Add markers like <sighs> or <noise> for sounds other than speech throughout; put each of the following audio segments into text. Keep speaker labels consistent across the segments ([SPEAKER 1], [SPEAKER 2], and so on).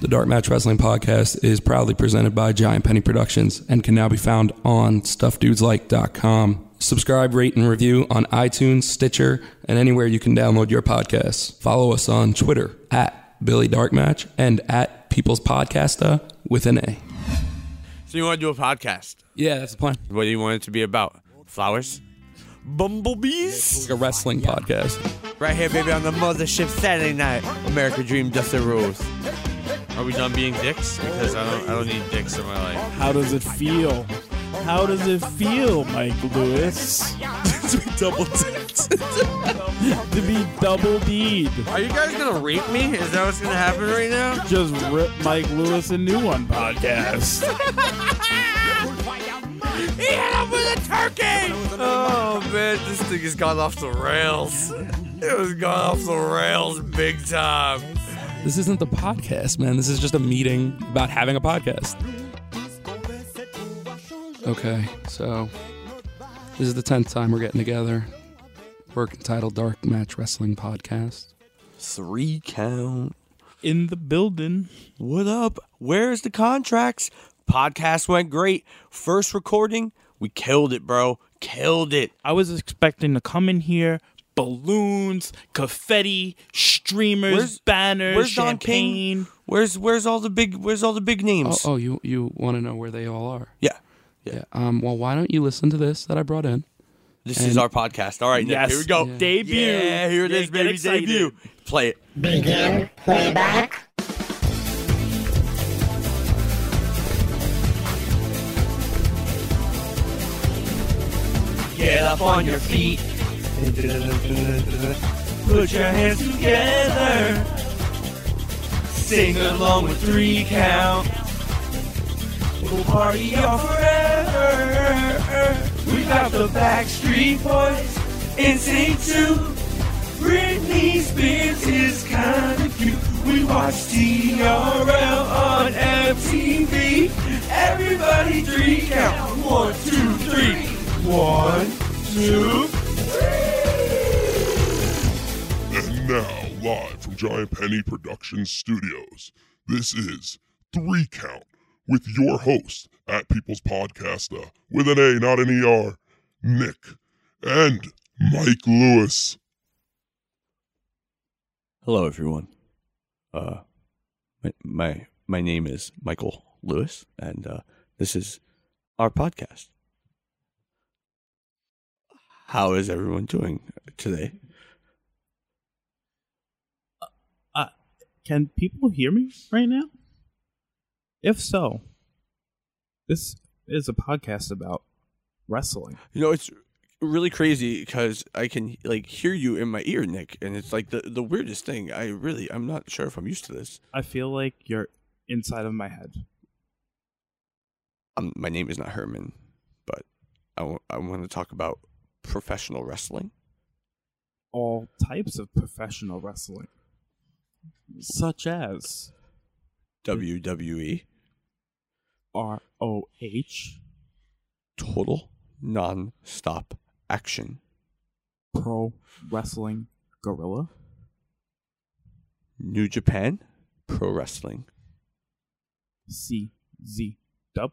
[SPEAKER 1] The Dark Match Wrestling Podcast is proudly presented by Giant Penny Productions and can now be found on stuffdudeslike.com. Subscribe, rate, and review on iTunes, Stitcher, and anywhere you can download your podcasts. Follow us on Twitter at Billy Dark Match and at People's Podcasta with an A.
[SPEAKER 2] So you want to do a podcast?
[SPEAKER 1] Yeah, that's the plan.
[SPEAKER 2] What do you want it to be about? Flowers? Bumblebees?
[SPEAKER 1] Like a wrestling podcast.
[SPEAKER 2] Right here, baby, on the mothership Saturday night. America Dream, Dustin Rose. Are we done being dicks? Because I don't, I don't need dicks in my life.
[SPEAKER 3] How does it feel? How does it feel, Mike
[SPEAKER 2] <laughs>
[SPEAKER 3] Lewis,
[SPEAKER 1] Double dicks.
[SPEAKER 3] to be double deed?
[SPEAKER 2] Are you guys gonna rape me? Is that what's gonna happen right now?
[SPEAKER 3] Just rip Mike Lewis a new one podcast.
[SPEAKER 2] He hit him with a turkey! Oh man, this thing has gone off the rails. It was gone off the rails big time.
[SPEAKER 1] This isn't the podcast, man. This is just a meeting about having a podcast. Okay, so this is the 10th time we're getting together. Work entitled Dark Match Wrestling Podcast.
[SPEAKER 2] Three count.
[SPEAKER 3] In the building.
[SPEAKER 2] What up? Where's the contracts? Podcast went great. First recording, we killed it, bro. Killed it.
[SPEAKER 3] I was expecting to come in here, balloons, confetti, streamers, banners,
[SPEAKER 2] where's Don
[SPEAKER 3] champagne.
[SPEAKER 2] King? Where's where's all the big where's all the big
[SPEAKER 1] Oh,
[SPEAKER 2] names?
[SPEAKER 1] oh you you want to know where they all are?
[SPEAKER 2] Yeah. Yeah.
[SPEAKER 1] Yeah. Um, well, why don't you listen to this that I brought in?
[SPEAKER 2] This is our podcast. All right, Nick,
[SPEAKER 3] Yes.
[SPEAKER 2] here we go.
[SPEAKER 3] Yeah. Debut.
[SPEAKER 2] Yeah, here it
[SPEAKER 3] Yeah,
[SPEAKER 2] is,
[SPEAKER 3] get
[SPEAKER 2] baby.
[SPEAKER 3] excited.
[SPEAKER 2] Debut. Play it.
[SPEAKER 4] Begin playback.
[SPEAKER 2] Get up on your feet. Put your hands together. Sing along with three count. We'll party on forever. We got the Backstreet Boys in sync too. Britney Spears is kind of cute. We watch TRL on MTV. Everybody three count. One, two, three. One, two.
[SPEAKER 5] And now, live from Giant Penny Productions Studios, this is Three Count with your host at People's Podcaster with an A, not an ER, Nick and Mike Lewis.
[SPEAKER 2] Hello, everyone. Uh, my, my my name is Michael Lewis, and uh, this is our podcast. How is everyone doing today?
[SPEAKER 3] Can people hear me right now? If so, this is a podcast about wrestling.
[SPEAKER 2] You know, it's really crazy because I can like hear you in my ear, Nick, and it's like the the weirdest thing. I really, I'm not sure if I'm used to this.
[SPEAKER 3] I feel like you're inside of my head.
[SPEAKER 2] Um, my name is not Herman, but I want to talk about professional wrestling.
[SPEAKER 3] All types of professional wrestling, such as
[SPEAKER 2] WWE.
[SPEAKER 3] ROH,
[SPEAKER 2] total non-stop action.
[SPEAKER 3] Pro Wrestling Gorilla,
[SPEAKER 2] New Japan Pro Wrestling
[SPEAKER 3] CZ Dub,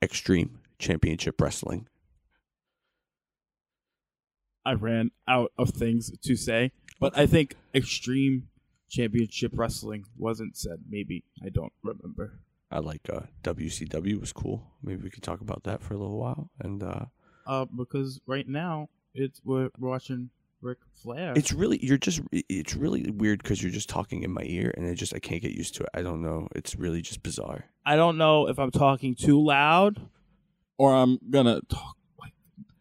[SPEAKER 2] Extreme Championship Wrestling.
[SPEAKER 3] I ran out of things to say, but I think Extreme Championship Wrestling wasn't said. Maybe I don't remember.
[SPEAKER 2] I like uh, WCW was cool. Maybe we could talk about that for a little while. And uh,
[SPEAKER 3] Uh, because right now it's we're watching Ric Flair.
[SPEAKER 2] it's really you're just it's really weird because you're just talking in my ear, and I just I can't get used to it. I don't know. It's really just bizarre.
[SPEAKER 3] I don't know if I'm talking too loud or I'm gonna talk. Like,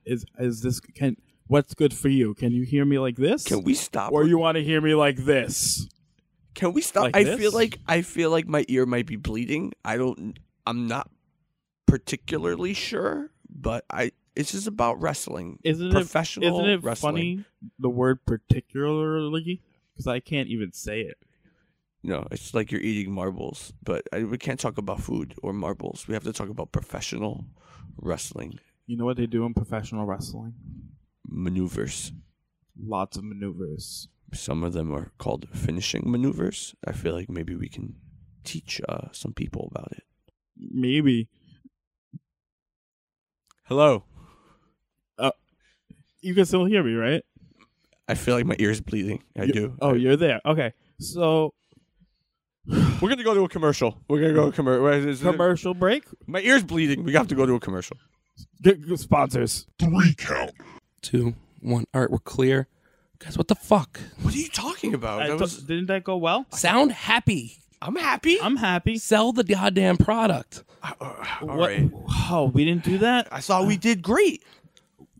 [SPEAKER 3] is is this can? What's good for you? Can you hear me like this?
[SPEAKER 2] Can we stop?
[SPEAKER 3] or you want to hear me like this?
[SPEAKER 2] Can we stop?
[SPEAKER 3] Like
[SPEAKER 2] I
[SPEAKER 3] this?
[SPEAKER 2] feel like I feel like my ear might be bleeding. I don't. I'm not particularly sure, but I. It's just about wrestling.
[SPEAKER 3] Isn't
[SPEAKER 2] professional
[SPEAKER 3] it? Isn't it
[SPEAKER 2] wrestling.
[SPEAKER 3] funny? The word particularly because I can't even say it.
[SPEAKER 2] No, it's like you're eating marbles, but I, we can't talk about food or marbles. We have to talk about professional wrestling
[SPEAKER 3] You know what they do in professional wrestling?
[SPEAKER 2] maneuvers.
[SPEAKER 3] Lots of maneuvers.
[SPEAKER 2] Some of them are called finishing maneuvers. I feel like maybe we can teach uh, some people about it.
[SPEAKER 3] Maybe
[SPEAKER 2] Hello.
[SPEAKER 3] you can still hear me, right?
[SPEAKER 2] I feel like my ears bleeding. I
[SPEAKER 3] You-
[SPEAKER 2] do.
[SPEAKER 3] Oh,
[SPEAKER 2] I-
[SPEAKER 3] you're there. Okay, so
[SPEAKER 2] We're gonna go to a commercial. We're gonna go to commercial.
[SPEAKER 3] commercial break.
[SPEAKER 2] my ears bleeding. We have to go to a commercial.
[SPEAKER 3] G- g- sponsors.
[SPEAKER 5] Three count.
[SPEAKER 1] Two, one. All right, we're clear. Guys, what the fuck?
[SPEAKER 2] What are you talking about?
[SPEAKER 3] I
[SPEAKER 2] That
[SPEAKER 3] thought-
[SPEAKER 2] was-
[SPEAKER 3] didn't that go well?
[SPEAKER 1] Sound happy.
[SPEAKER 2] I'm happy.
[SPEAKER 3] I'm happy.
[SPEAKER 1] Sell the goddamn product.
[SPEAKER 2] All
[SPEAKER 3] what?
[SPEAKER 2] right.
[SPEAKER 3] Oh, we didn't do that.
[SPEAKER 2] I thought we did great.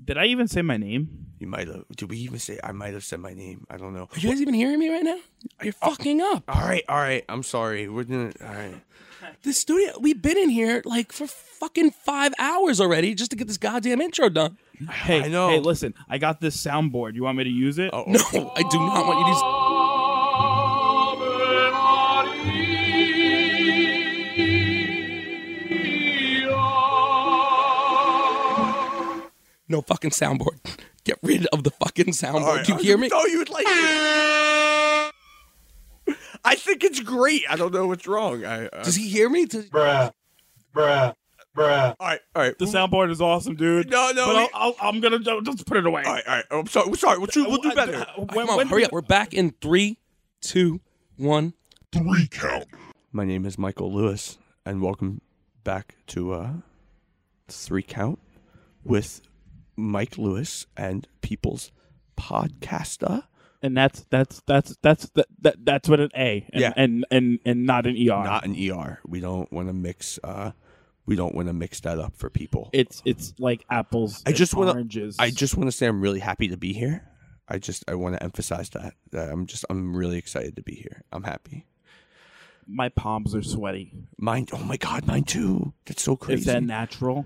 [SPEAKER 3] Did I even say my name?
[SPEAKER 2] You might have. Did we even say? I might have said my name. I don't know.
[SPEAKER 1] Are you guys even hearing me right now? You're fucking up.
[SPEAKER 2] All right. All right. I'm sorry. We're doing. All right.
[SPEAKER 1] The studio, we've been in here like for fucking five hours already just to get this goddamn intro done. <laughs>
[SPEAKER 3] Hey,
[SPEAKER 2] I know.
[SPEAKER 3] Hey, listen, I got this soundboard. You want me to use it?
[SPEAKER 2] Oh.
[SPEAKER 1] No, I do not want you to. s- No fucking soundboard. <laughs> Get rid of the fucking soundboard.
[SPEAKER 2] All right.
[SPEAKER 1] you hear me?
[SPEAKER 2] No, you would like it. <laughs> I think it's great. I don't know what's wrong. I, uh, I,
[SPEAKER 1] Does he hear me? Does-
[SPEAKER 2] all right. All right.
[SPEAKER 3] the soundboard is awesome, dude.
[SPEAKER 2] No, no,
[SPEAKER 3] But
[SPEAKER 2] we-
[SPEAKER 3] I'll, I'll, I'm gonna ju- just put it away.
[SPEAKER 2] All right. All right. I'm sorry. We're sorry. We'll do, we'll do
[SPEAKER 3] Uh,
[SPEAKER 2] better.
[SPEAKER 3] uh, when-
[SPEAKER 1] Come on,
[SPEAKER 3] when
[SPEAKER 1] hurry
[SPEAKER 3] do-
[SPEAKER 1] up. We're back in three, two, one.
[SPEAKER 5] Three count.
[SPEAKER 2] My name is Michael Lewis, and welcome back to uh, Three Count with Mike Lewis and People's Podcaster.
[SPEAKER 3] And that's that's that's that's that, that that's with an A. And,
[SPEAKER 2] Yeah.
[SPEAKER 3] And and and not an ER.
[SPEAKER 2] Not an ER. We don't want to mix. Uh, we don't want to mix that up for people.
[SPEAKER 3] it's it's like apples.
[SPEAKER 2] I just
[SPEAKER 3] want
[SPEAKER 2] wanna-
[SPEAKER 3] oranges.
[SPEAKER 2] I just want to say I'm really happy to be here. I just I want to emphasize that that I'm just I'm really excited to be here. I'm happy.
[SPEAKER 3] my palms are sweaty.
[SPEAKER 2] Mine. Oh my god, mine too. That's so crazy.
[SPEAKER 3] Is that natural?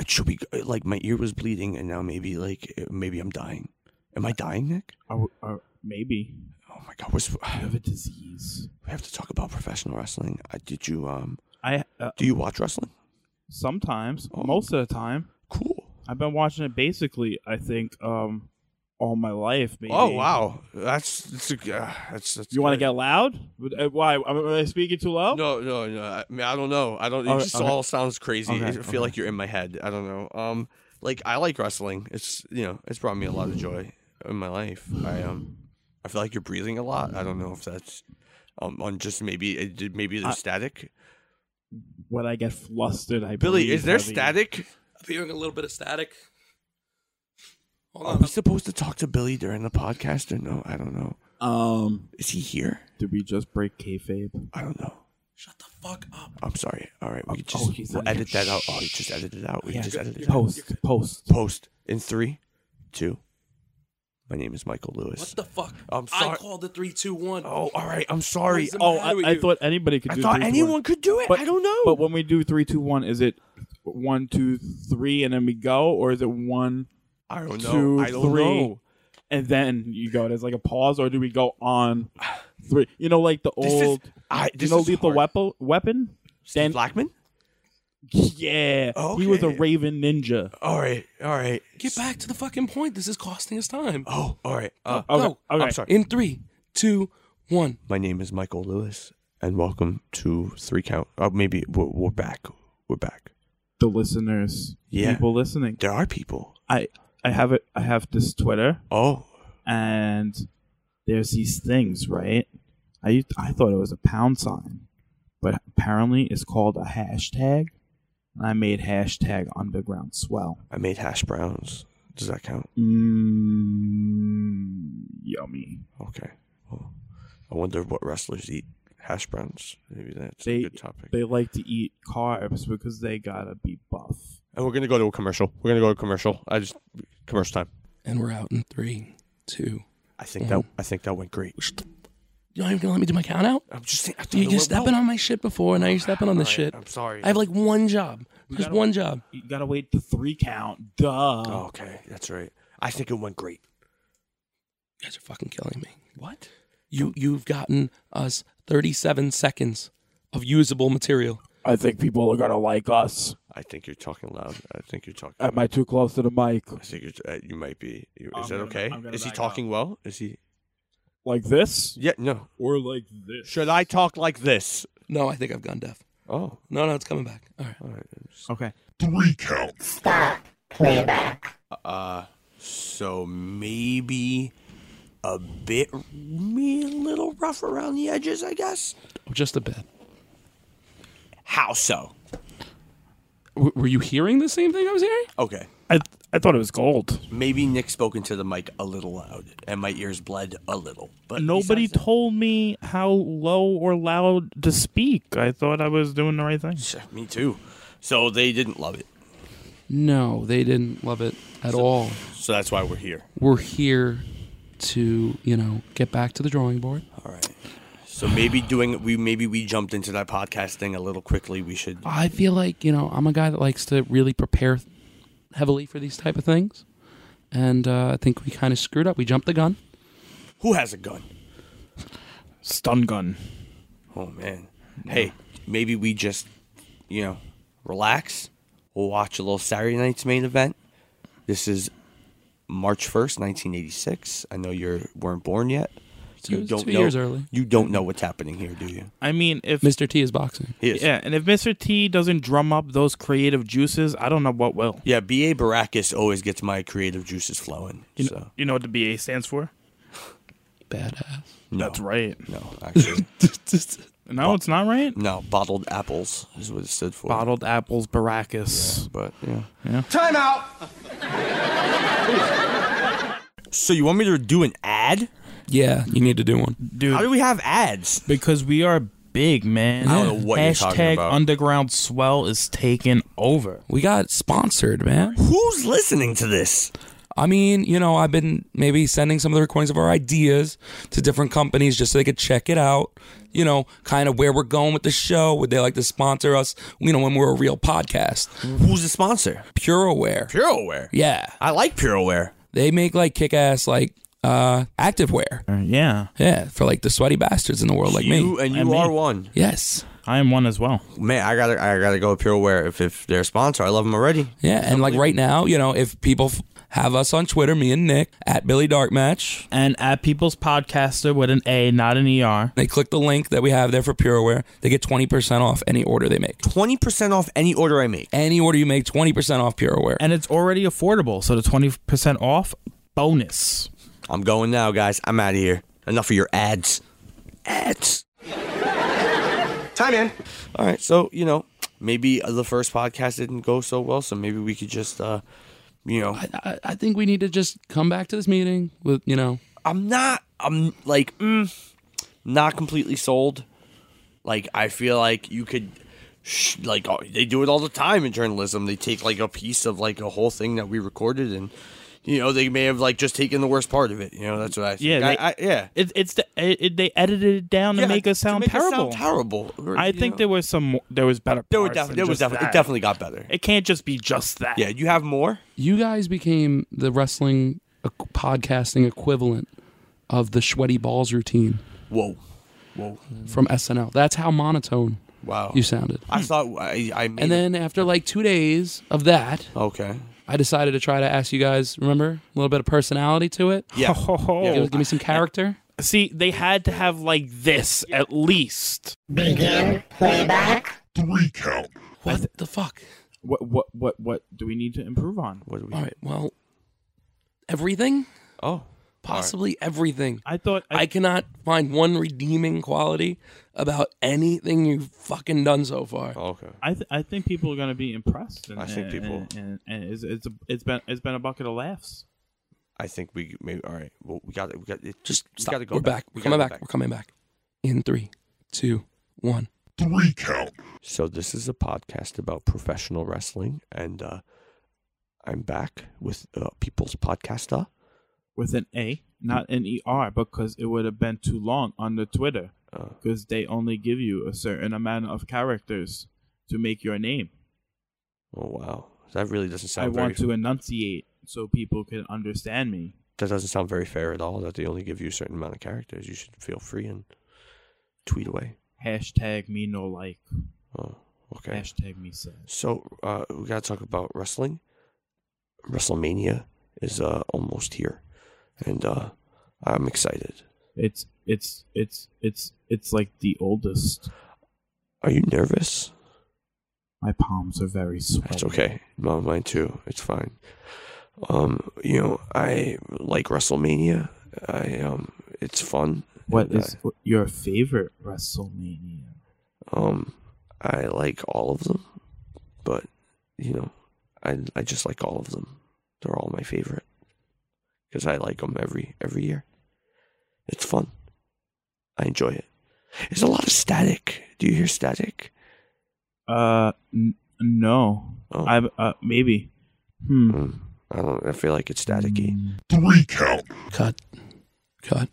[SPEAKER 2] it should be like my ear was bleeding, and now maybe like maybe I'm dying. Am I dying, Nick?
[SPEAKER 3] Or, or maybe
[SPEAKER 2] Oh my god, we're, <sighs> sp-
[SPEAKER 3] I have a disease.
[SPEAKER 2] we have to talk about professional wrestling. Uh, did you um
[SPEAKER 3] I uh,
[SPEAKER 2] do you watch wrestling?
[SPEAKER 3] sometimes,
[SPEAKER 2] Oh.
[SPEAKER 3] most of the time,
[SPEAKER 2] Cool.
[SPEAKER 3] I've been watching it basically. I think um, all my life. Maybe.
[SPEAKER 2] Oh wow, that's that's a, uh, that's, that's
[SPEAKER 3] You want to
[SPEAKER 2] great.
[SPEAKER 3] get loud? Would- uh, Why? Am I- am I speaking too low?
[SPEAKER 2] No, no, no. I mean, I don't know. I don't. It
[SPEAKER 3] Okay,
[SPEAKER 2] just
[SPEAKER 3] Oh. okay.
[SPEAKER 2] all sounds crazy.
[SPEAKER 3] Okay,
[SPEAKER 2] I feel
[SPEAKER 3] okay.
[SPEAKER 2] like you're in my head. I don't know. Um, like I like wrestling. It's you know, it's brought me a lot of joy in my life. I um, I feel like you're breathing a lot. I don't know if that's um on just maybe it did- maybe there's
[SPEAKER 3] I-
[SPEAKER 2] static.
[SPEAKER 3] When I get flustered, I
[SPEAKER 2] Billy,
[SPEAKER 3] breathe
[SPEAKER 2] is there
[SPEAKER 3] heavy.
[SPEAKER 2] static?
[SPEAKER 1] I'm hearing a little bit of static. Hold
[SPEAKER 2] Are we supposed to talk to Billy during the podcast or no? I don't know.
[SPEAKER 3] Um,
[SPEAKER 2] Is he here?
[SPEAKER 3] did we just break kayfabe?
[SPEAKER 2] I don't know.
[SPEAKER 1] Shut the fuck up.
[SPEAKER 2] I'm sorry. All right, we could
[SPEAKER 3] oh,
[SPEAKER 2] just
[SPEAKER 3] he's
[SPEAKER 2] we'll
[SPEAKER 3] not here.
[SPEAKER 2] edit that out. Oh, we just edited it out. We
[SPEAKER 3] Yeah,
[SPEAKER 2] just edited it out.
[SPEAKER 3] Post, post.
[SPEAKER 2] Post in three, two. My name is Michael Lewis.
[SPEAKER 1] What the fuck?
[SPEAKER 2] I'm sorry.
[SPEAKER 1] I called the three, two, one.
[SPEAKER 2] Oh, all right. I'm sorry.
[SPEAKER 1] What's the
[SPEAKER 2] Oh,
[SPEAKER 3] Oh,
[SPEAKER 1] How do we
[SPEAKER 3] I, I
[SPEAKER 1] do-
[SPEAKER 3] thought anybody could.
[SPEAKER 2] I
[SPEAKER 3] do
[SPEAKER 2] thought
[SPEAKER 3] three, two,
[SPEAKER 2] anyone
[SPEAKER 3] one.
[SPEAKER 2] could do it.
[SPEAKER 3] But-
[SPEAKER 2] I don't know.
[SPEAKER 3] But when we do three, two, one, is it one, two, three, and then we go, or is it one
[SPEAKER 2] I don't know.
[SPEAKER 3] two,
[SPEAKER 2] I don't
[SPEAKER 3] three,
[SPEAKER 2] know.
[SPEAKER 3] and then you go? There's like a pause, or do we go on three? You know, like the
[SPEAKER 2] This is-
[SPEAKER 3] old,
[SPEAKER 2] I- this
[SPEAKER 3] you know,
[SPEAKER 2] is
[SPEAKER 3] lethal
[SPEAKER 2] hard.
[SPEAKER 3] weapon. Weapon.
[SPEAKER 2] Steve
[SPEAKER 3] Dan-
[SPEAKER 2] Blackman.
[SPEAKER 3] Yeah, he was a
[SPEAKER 2] Okay.
[SPEAKER 3] Raven Ninja.
[SPEAKER 2] All right. All right.
[SPEAKER 1] Get back to the fucking point. This is costing us time.
[SPEAKER 2] Oh, all right. Uh,
[SPEAKER 3] Okay,
[SPEAKER 1] Go.
[SPEAKER 3] okay.
[SPEAKER 2] I'm sorry.
[SPEAKER 1] In three, two, one.
[SPEAKER 2] My name is Michael Lewis, and welcome to Three Count. Oh, maybe we're, we're back. We're back.
[SPEAKER 3] The listeners,
[SPEAKER 2] Yeah.
[SPEAKER 3] people listening.
[SPEAKER 2] There are people.
[SPEAKER 3] I I have it. I have this Twitter,
[SPEAKER 2] Oh,
[SPEAKER 3] and there's these things, right? I used, I thought it was a pound sign, but apparently it's called a hashtag. And I made hashtag underground swell.
[SPEAKER 2] I made hash browns. Does that count?
[SPEAKER 3] Mmm, yummy.
[SPEAKER 2] Okay. Well, I wonder what wrestlers eat. Hash browns. Maybe that's
[SPEAKER 3] They-
[SPEAKER 2] a good topic.
[SPEAKER 3] They like to eat carbs because they gotta be buff.
[SPEAKER 2] and we're gonna go to a commercial. We're gonna go to commercial. I just commercial time.
[SPEAKER 1] And we're out in three, two.
[SPEAKER 2] I think that I think that went great.
[SPEAKER 1] You not even gonna let me do my count out?
[SPEAKER 2] I'm just saying. I thought
[SPEAKER 1] Dude,
[SPEAKER 2] it
[SPEAKER 1] you're
[SPEAKER 2] went
[SPEAKER 1] stepping on my shit before, and now you're stepping on this shit.
[SPEAKER 2] I'm sorry.
[SPEAKER 1] I have like one job. Just
[SPEAKER 3] gotta-
[SPEAKER 1] one job.
[SPEAKER 3] You gotta wait the three count. Duh.
[SPEAKER 2] Oh, okay, that's right. I think it went great.
[SPEAKER 1] You guys are fucking killing me.
[SPEAKER 2] What?
[SPEAKER 1] You you've gotten us 37 seconds of usable material.
[SPEAKER 3] I think people are gonna like us.
[SPEAKER 2] I think you're talking loud. I think you're talking.
[SPEAKER 3] Am I too close to the mic?
[SPEAKER 2] I think you're, uh, you might be. you- Is
[SPEAKER 3] I'm
[SPEAKER 2] that
[SPEAKER 3] gonna-
[SPEAKER 2] okay?
[SPEAKER 3] I'm gonna
[SPEAKER 2] Is he
[SPEAKER 3] back
[SPEAKER 2] talking well? Is he?
[SPEAKER 3] like this
[SPEAKER 2] Yeah, no.
[SPEAKER 3] or like this.
[SPEAKER 2] Should I talk like this?
[SPEAKER 1] No, I think I've gone deaf.
[SPEAKER 2] Oh,
[SPEAKER 1] No, no, it's coming back. All right.
[SPEAKER 2] all right.
[SPEAKER 3] Okay.
[SPEAKER 5] Three count.
[SPEAKER 4] Stop. Playback.
[SPEAKER 2] Uh, so maybe a bit, me a little rough around the edges, I guess.
[SPEAKER 6] Just a bit.
[SPEAKER 2] How so?
[SPEAKER 6] W- were you hearing the same thing I was hearing?
[SPEAKER 2] Okay.
[SPEAKER 3] I I thought it was gold.
[SPEAKER 2] Maybe Nick spoke into the mic a little loud, and my ears bled a little. But
[SPEAKER 3] Nobody
[SPEAKER 2] besides
[SPEAKER 3] told me how low or loud to speak. I thought I was doing the right thing.
[SPEAKER 2] that- me too. So they didn't love it.
[SPEAKER 1] No, they didn't love it at all.
[SPEAKER 2] So that's why we're here.
[SPEAKER 1] We're here to, you know, get back to the drawing board.
[SPEAKER 2] All right. So maybe doing we maybe we jumped into that podcast thing a little quickly. We should.
[SPEAKER 1] I feel like you know I'm a guy that likes to really prepare heavily for these type of things, and uh, I think we kind of screwed up. We jumped the gun.
[SPEAKER 2] Who has a gun?
[SPEAKER 3] Stun gun.
[SPEAKER 2] Oh man. Hey, maybe we just, you know, relax. We'll watch a little Saturday night's main event. This is March first, nineteen eighty six. I know you weren't born yet.
[SPEAKER 1] Two-
[SPEAKER 2] you don't
[SPEAKER 1] two
[SPEAKER 2] know.
[SPEAKER 1] years early.
[SPEAKER 2] You don't know what's happening here, do you?
[SPEAKER 3] I mean, if
[SPEAKER 1] Mr. T is boxing.
[SPEAKER 2] He is.
[SPEAKER 3] yeah, and if Mr. T doesn't drum up those creative juices, I don't know what will.
[SPEAKER 2] Yeah, B.A. Baracus always gets my creative juices flowing.
[SPEAKER 3] You know,
[SPEAKER 2] so,
[SPEAKER 3] you know what the BA stands for?
[SPEAKER 1] Badass.
[SPEAKER 2] no,
[SPEAKER 3] That's right.
[SPEAKER 2] No, actually. <laughs>
[SPEAKER 3] No, it's not right.
[SPEAKER 2] no, bottled apples is what it stood for.
[SPEAKER 3] Bottled apples, Baracus.
[SPEAKER 2] But, yeah.
[SPEAKER 7] Time out.
[SPEAKER 2] So you want me to do an ad?
[SPEAKER 1] Yeah, you need to do one.
[SPEAKER 2] How do
[SPEAKER 3] Dude,
[SPEAKER 2] we have ads?
[SPEAKER 3] because we are big, man.
[SPEAKER 2] I don't know what you're
[SPEAKER 3] Hashtag
[SPEAKER 2] talking about.
[SPEAKER 3] underground swell is taking over.
[SPEAKER 1] We got sponsored, man.
[SPEAKER 2] Who's listening to this?
[SPEAKER 1] I mean, you know, I've been maybe sending some of the recordings of our ideas to different companies just so they could check it out. You know, kind of where we're going with the show. Would they like to sponsor us? You know, when we're a real podcast.
[SPEAKER 2] Who's the sponsor?
[SPEAKER 1] Pureware.
[SPEAKER 2] Pureware.
[SPEAKER 1] Yeah,
[SPEAKER 2] I like Pureware.
[SPEAKER 1] they make like kick-ass like uh activewear.
[SPEAKER 3] Yeah,
[SPEAKER 1] Yeah, for like the sweaty bastards in the world like
[SPEAKER 2] you
[SPEAKER 1] me.
[SPEAKER 2] and
[SPEAKER 3] And
[SPEAKER 2] you
[SPEAKER 3] me.
[SPEAKER 2] are one.
[SPEAKER 1] Yes.
[SPEAKER 3] I am one as well.
[SPEAKER 2] Man, I gotta I gotta go with Pureware if if they're a sponsor. I love them already.
[SPEAKER 1] Yeah, and like right now, you know, if people f- have us on Twitter, me and Nick at Billy Dark Match,
[SPEAKER 3] And at People's Podcaster with an A, not an ER.
[SPEAKER 1] they click the link that we have there for Pureware, they get 20% off any order they make.
[SPEAKER 2] Twenty percent off any order I make.
[SPEAKER 1] Any order you make, 20% off Pureware.
[SPEAKER 3] And it's already affordable, so the 20% off bonus.
[SPEAKER 2] I'm going now, guys. I'm out of here. Enough of your ads. Ads.
[SPEAKER 7] Time in.
[SPEAKER 2] All right. So you know, maybe the first podcast didn't go so well, so maybe we could just, uh you know,
[SPEAKER 1] I, I think we need to just come back to this meeting with, you know,
[SPEAKER 2] I'm not. I'm like mm, not completely sold. Like I feel like you could, sh- like oh, they do it all the time in journalism. They take like a piece of like a whole thing that we recorded, and you know they may have like just taken the worst part of it. You know that's what I think.
[SPEAKER 3] Yeah,
[SPEAKER 2] I-
[SPEAKER 3] they-
[SPEAKER 2] I- yeah.
[SPEAKER 3] It, it's the, it, it- they edited it down to
[SPEAKER 2] Yeah,
[SPEAKER 3] make us sound
[SPEAKER 2] make us
[SPEAKER 3] terrible.
[SPEAKER 2] terrible. Or,
[SPEAKER 3] I
[SPEAKER 2] you
[SPEAKER 3] think
[SPEAKER 2] know.
[SPEAKER 3] there was some, mo- there was better.
[SPEAKER 2] there were
[SPEAKER 3] parts
[SPEAKER 2] definitely
[SPEAKER 3] than
[SPEAKER 2] there was
[SPEAKER 3] just
[SPEAKER 2] definitely it
[SPEAKER 3] that.
[SPEAKER 2] definitely got better.
[SPEAKER 3] It can't just be just that. <laughs>
[SPEAKER 2] yeah, you have more.
[SPEAKER 1] you guys became the wrestling equ- podcasting equivalent of the sweaty balls routine
[SPEAKER 2] Whoa, whoa,
[SPEAKER 1] from SNL. That's how monotone
[SPEAKER 2] wow.
[SPEAKER 1] you sounded.
[SPEAKER 2] I thought I, I made
[SPEAKER 1] And then after like 2 days of that,
[SPEAKER 2] okay.
[SPEAKER 1] I decided to try to ask you guys, remember, a little bit of personality to it.
[SPEAKER 2] Yeah.
[SPEAKER 3] Ho, ho,
[SPEAKER 2] Yeah.
[SPEAKER 1] Give,
[SPEAKER 3] ho.
[SPEAKER 1] give me some character.
[SPEAKER 3] See, they had to have like this at least.
[SPEAKER 4] Begin playback.
[SPEAKER 5] Three count.
[SPEAKER 1] What the fuck?
[SPEAKER 3] What what what what do we need to improve on?
[SPEAKER 2] What do we?
[SPEAKER 1] All right, well, everything?
[SPEAKER 2] Oh,
[SPEAKER 1] Possibly everything.
[SPEAKER 3] I thought
[SPEAKER 1] I cannot find one redeeming quality about anything you've fucking done so far.
[SPEAKER 2] okay.
[SPEAKER 3] I th- I think people are gonna be impressed. And,
[SPEAKER 2] I think
[SPEAKER 3] and-
[SPEAKER 2] people-
[SPEAKER 3] and, and, and it's it's a, it's been it's been a bucket of laughs.
[SPEAKER 2] I think we maybe all right. Well, we got it. We got it.
[SPEAKER 1] Just
[SPEAKER 2] we
[SPEAKER 1] stop.
[SPEAKER 2] gotta go
[SPEAKER 1] We're back.
[SPEAKER 2] We
[SPEAKER 1] We're coming
[SPEAKER 2] gotta
[SPEAKER 1] back.
[SPEAKER 2] go
[SPEAKER 1] We're coming back. In three, two, one.
[SPEAKER 5] Three count.
[SPEAKER 2] So this is a podcast about professional wrestling, and uh, I'm back with uh, People's Podcaster.
[SPEAKER 3] With an A, not an ER, because it would have been too long on the Twitter,
[SPEAKER 2] Uh,
[SPEAKER 3] because they only give you a certain amount of characters to make your name.
[SPEAKER 2] oh wow, that really doesn't sound.
[SPEAKER 3] I
[SPEAKER 2] very,
[SPEAKER 3] want to enunciate so people can understand me.
[SPEAKER 2] That doesn't sound very fair at all. That they only give you a certain amount of characters. You should feel free and tweet away.
[SPEAKER 3] Hashtag me no like.
[SPEAKER 2] Oh, okay.
[SPEAKER 3] Hashtag me sad.
[SPEAKER 2] So uh, we gotta talk about wrestling. WrestleMania is uh, almost here, and uh, I'm excited.
[SPEAKER 3] It's it's it's it's it's like the oldest.
[SPEAKER 2] Are you nervous?
[SPEAKER 3] My palms are very swollen.
[SPEAKER 2] That's okay. Mom, mine too. It's fine. Um, you know, I like WrestleMania. I um, it's fun.
[SPEAKER 3] What
[SPEAKER 2] And
[SPEAKER 3] is what- your favorite WrestleMania?
[SPEAKER 2] I, um, I like all of them, but you know, I I just like all of them. They're all my favorite because I like them every every year. It's fun. I enjoy it. There's a lot of static. Do you hear static?
[SPEAKER 3] Uh, n- no,
[SPEAKER 2] Oh.
[SPEAKER 3] I uh maybe. Hmm.
[SPEAKER 2] Hmm. I don't. I feel like it's staticky.
[SPEAKER 5] Three count.
[SPEAKER 1] Cut. Cut.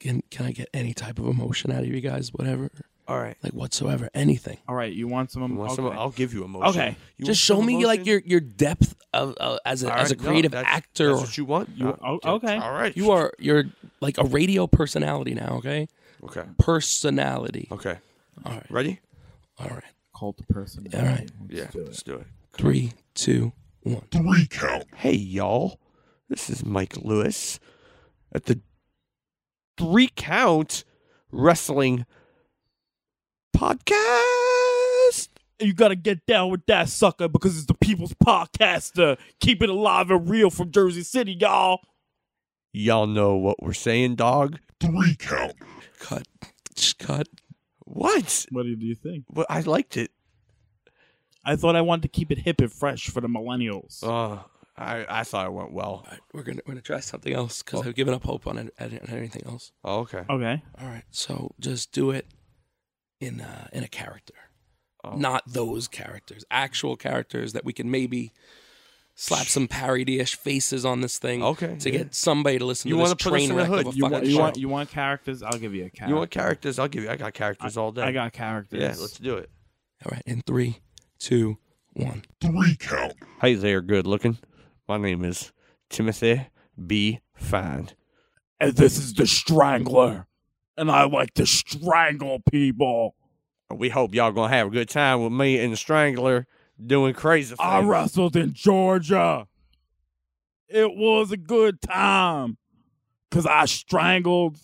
[SPEAKER 1] Can, can I get any type of emotion out of you guys? Whatever.
[SPEAKER 2] All right.
[SPEAKER 1] Like whatsoever. Anything.
[SPEAKER 3] All right, you want some?
[SPEAKER 2] You want some-
[SPEAKER 3] okay.
[SPEAKER 2] I'll give you emotion.
[SPEAKER 3] Okay.
[SPEAKER 2] You want
[SPEAKER 1] Um, Just show
[SPEAKER 2] some
[SPEAKER 1] me like
[SPEAKER 2] emotion?
[SPEAKER 1] your your depth of uh, as a
[SPEAKER 2] All
[SPEAKER 1] as a
[SPEAKER 2] right, no,
[SPEAKER 1] creative
[SPEAKER 2] that's-
[SPEAKER 1] actor.
[SPEAKER 2] That's
[SPEAKER 1] or-
[SPEAKER 2] what you want.
[SPEAKER 3] You-
[SPEAKER 2] Uh,
[SPEAKER 3] oh,
[SPEAKER 2] yeah,
[SPEAKER 3] okay.
[SPEAKER 2] All right.
[SPEAKER 1] you are you're like a radio personality now, okay?
[SPEAKER 2] Okay.
[SPEAKER 1] Personality.
[SPEAKER 2] Okay.
[SPEAKER 1] All right.
[SPEAKER 2] Ready?
[SPEAKER 1] All right.
[SPEAKER 3] cult person.
[SPEAKER 1] All right.
[SPEAKER 3] Let's
[SPEAKER 2] yeah.
[SPEAKER 3] do it.
[SPEAKER 2] Let's do it.
[SPEAKER 1] Three, two, one.
[SPEAKER 5] Three count.
[SPEAKER 2] Hey, y'all. This is Mike Lewis at the Three Count Wrestling Podcast.
[SPEAKER 3] You gotta get down with that sucker because it's the people's podcaster. Keep it alive and real from Jersey City, y'all.
[SPEAKER 2] Y'all know what we're saying, dog?
[SPEAKER 5] Three count.
[SPEAKER 1] Cut. Just cut.
[SPEAKER 2] What?
[SPEAKER 3] What do you think?
[SPEAKER 2] Well, I liked it.
[SPEAKER 3] I thought I wanted to keep it hip and fresh for the millennials.
[SPEAKER 2] Uh, I, I thought it went well.
[SPEAKER 1] All right. We're gonna we're gonna try something else because I've given up hope on it, on anything else.
[SPEAKER 2] Oh, okay.
[SPEAKER 3] okay.
[SPEAKER 1] All right. So just do it in uh, in a character,
[SPEAKER 2] Oh.
[SPEAKER 1] not those characters. Actual characters that we can maybe slap some parody-ish faces on this thing.
[SPEAKER 2] Okay,
[SPEAKER 1] To
[SPEAKER 2] yeah.
[SPEAKER 1] get somebody to listen
[SPEAKER 2] You
[SPEAKER 1] to
[SPEAKER 2] wanna
[SPEAKER 1] this
[SPEAKER 2] put us
[SPEAKER 1] train
[SPEAKER 2] in the
[SPEAKER 1] wreck
[SPEAKER 2] hood.
[SPEAKER 1] of a
[SPEAKER 2] You
[SPEAKER 1] fucking
[SPEAKER 2] want-
[SPEAKER 3] You
[SPEAKER 1] show.
[SPEAKER 3] want you want characters? I'll give you a character.
[SPEAKER 2] You want characters? I'll give you. I got characters all day.
[SPEAKER 3] I got characters.
[SPEAKER 2] Yeah, let's do it.
[SPEAKER 1] All right. In three, two, one.
[SPEAKER 5] Three count.
[SPEAKER 2] Hey there, good looking. My name is Timothy B. Fine.
[SPEAKER 3] and this is the Strangler, and I like to strangle people.
[SPEAKER 2] We hope y'all gonna have a good time with me and the Strangler doing crazy things.
[SPEAKER 3] I wrestled in Georgia. It was a good time because I strangled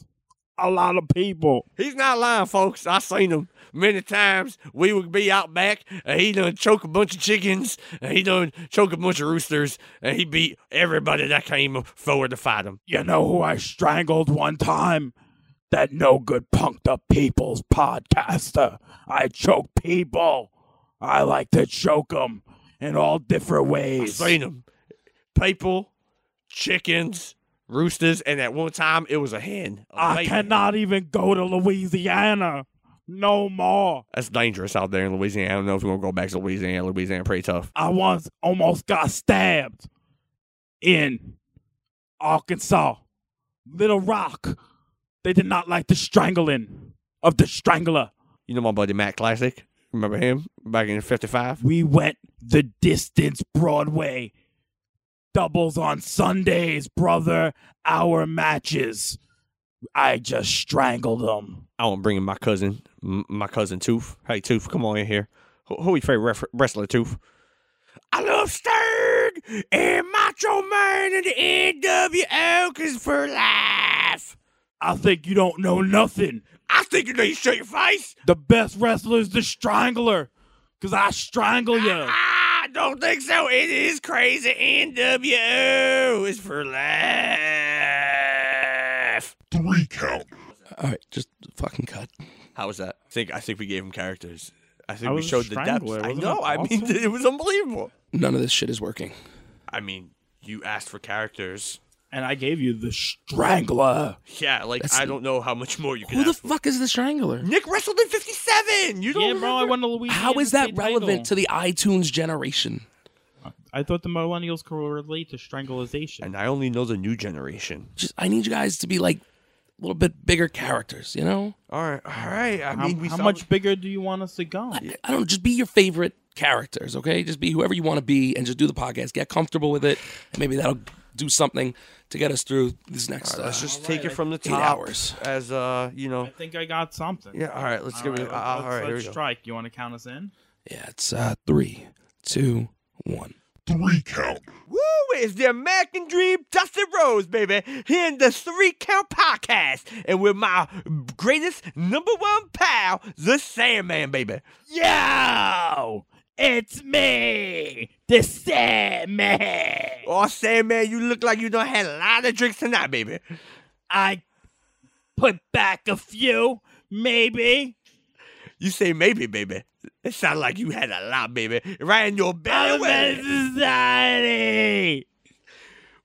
[SPEAKER 3] a lot of people.
[SPEAKER 2] He's not lying, folks. I seen him many times. We would be out back, and he done choke a bunch of chickens, and he done choke a bunch of roosters, and he beat everybody that came forward to fight him.
[SPEAKER 3] You know who I strangled one time? That no good punked up people's podcaster. I choke people. I like to choke them in all different
[SPEAKER 2] I
[SPEAKER 3] ways.
[SPEAKER 2] seen him. People, chickens, roosters, and at one time it was a hen. A
[SPEAKER 3] I
[SPEAKER 2] baby.
[SPEAKER 3] cannot even go to Louisiana no more.
[SPEAKER 2] That's dangerous out there in Louisiana. I don't know if we're gonna go back to Louisiana. Louisiana pretty tough.
[SPEAKER 3] I once almost got stabbed in Arkansas, Little Rock. They did not like the strangling of the strangler.
[SPEAKER 2] You know my buddy Matt Classic. Remember him back in '55?
[SPEAKER 3] We went the distance Broadway. Doubles on Sundays, brother. Our matches. I just strangled them.
[SPEAKER 2] I want to bring in my cousin, m- my cousin Tooth. Hey Tooth, come on in here. Who, who your favorite ref- wrestler, Tooth? I love Sturg and Macho Man and the NWO, cause for life.
[SPEAKER 3] I think you don't know nothing.
[SPEAKER 2] I think you need to shut your face.
[SPEAKER 3] The best wrestler is the strangler. Cause I strangle you.
[SPEAKER 2] I don't think so. It is crazy. NWO is for life.
[SPEAKER 5] Three count.
[SPEAKER 1] All right. Just fucking cut.
[SPEAKER 2] How was that? I think I think we gave him characters. I think
[SPEAKER 3] I
[SPEAKER 2] we
[SPEAKER 3] was a
[SPEAKER 2] showed the depth.
[SPEAKER 3] strangler.
[SPEAKER 2] I
[SPEAKER 3] Wasn't
[SPEAKER 2] know.
[SPEAKER 3] that
[SPEAKER 2] I mean, <laughs>
[SPEAKER 3] awesome?
[SPEAKER 2] it was unbelievable.
[SPEAKER 1] None of this shit is working.
[SPEAKER 2] I mean, you asked for characters.
[SPEAKER 3] And I gave you the strangler.
[SPEAKER 2] Yeah, like
[SPEAKER 1] That's-
[SPEAKER 2] I don't know how much more you can.
[SPEAKER 1] Who the
[SPEAKER 2] ask for.
[SPEAKER 1] fuck is the strangler?
[SPEAKER 2] Nick wrestled in '57. You don't
[SPEAKER 3] Yeah, bro, I
[SPEAKER 2] remember?
[SPEAKER 3] won the Louisiana.
[SPEAKER 1] How is that relevant to the iTunes generation?
[SPEAKER 3] I thought the millennials could relate to strangulation.
[SPEAKER 2] And I only know the new generation.
[SPEAKER 1] Just I need you guys to be like a little bit bigger characters, you know?
[SPEAKER 2] All right, all right. I
[SPEAKER 3] how
[SPEAKER 2] mean, we
[SPEAKER 3] how
[SPEAKER 2] saw-
[SPEAKER 3] much bigger do you want us to go?
[SPEAKER 1] I don't know, just be your favorite characters, okay? Just be whoever you want to be and just do the podcast. Get comfortable with it. And maybe that'll do something to get us through this next uh,
[SPEAKER 2] Let's just take it from the
[SPEAKER 1] eight
[SPEAKER 2] top.
[SPEAKER 1] hours.
[SPEAKER 2] As uh, you know.
[SPEAKER 3] I think I got something.
[SPEAKER 2] Yeah. All right. Let's give it.
[SPEAKER 3] All right,
[SPEAKER 2] uh, all
[SPEAKER 3] let's-
[SPEAKER 2] right. Here
[SPEAKER 3] let's
[SPEAKER 2] we go.
[SPEAKER 3] strike. You want to count us in?
[SPEAKER 1] Yeah, it's uh three, two, one.
[SPEAKER 5] three count.
[SPEAKER 2] Woo! It's the American Dream, Dustin Rose, baby, here in the Three Count Podcast, and with my greatest number one pal, the Sandman, baby.
[SPEAKER 3] Yo, it's me, the Sandman.
[SPEAKER 2] Oh, Sandman, you look like you done had a lot of drinks tonight, baby.
[SPEAKER 3] I put back a few, maybe.
[SPEAKER 2] You say maybe, baby. It sounds like you had a lot, baby. Right in your belly.
[SPEAKER 3] Human society.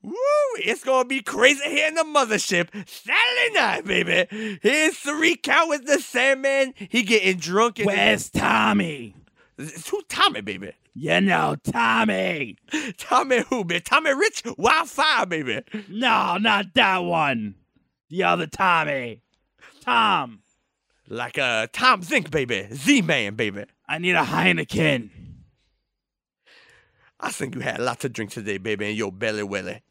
[SPEAKER 2] Woo! It's gonna be crazy here in the mothership. Saturday night, baby. Here's three count with the Sandman. He getting drunk and
[SPEAKER 3] Where's Tommy?
[SPEAKER 2] it's who Tommy, baby.
[SPEAKER 3] You know Tommy.
[SPEAKER 2] Tommy who, baby? Tommy Rich, Wildfire, baby.
[SPEAKER 3] No, not that one. The other Tommy. Tom,
[SPEAKER 2] Like uh Tom Zink, baby. Z Man, baby.
[SPEAKER 3] I need a Heineken.
[SPEAKER 2] I think you had lots of drinks today, baby, in your belly welly.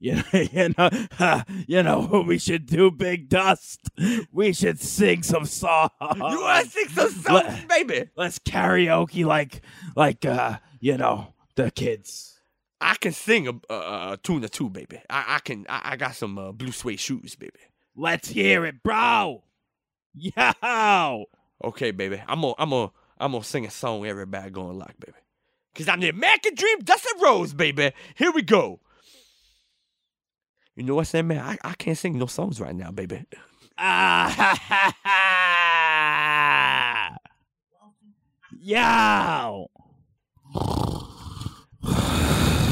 [SPEAKER 3] You know, <laughs> you know, you know what we should do, Big Dust? We should sing some songs.
[SPEAKER 2] you are six of something, baby.
[SPEAKER 3] Let's karaoke like, like, uh, you know, the kids.
[SPEAKER 2] I can sing a, a, a tune or two, baby. I, I can. I, I got some uh, blue suede shoes, baby.
[SPEAKER 3] Let's hear it, bro. Yo. <laughs>
[SPEAKER 2] Okay, baby. I'm gonna I'm gonna I'm gonna sing a song everybody gonna like, baby. Cause I'm the American Dream Dustin Rose, baby. Here we go. You know what I'm saying, man? I, I can't sing no songs right now, baby.
[SPEAKER 3] Ah, ha, ha, ha. Yo.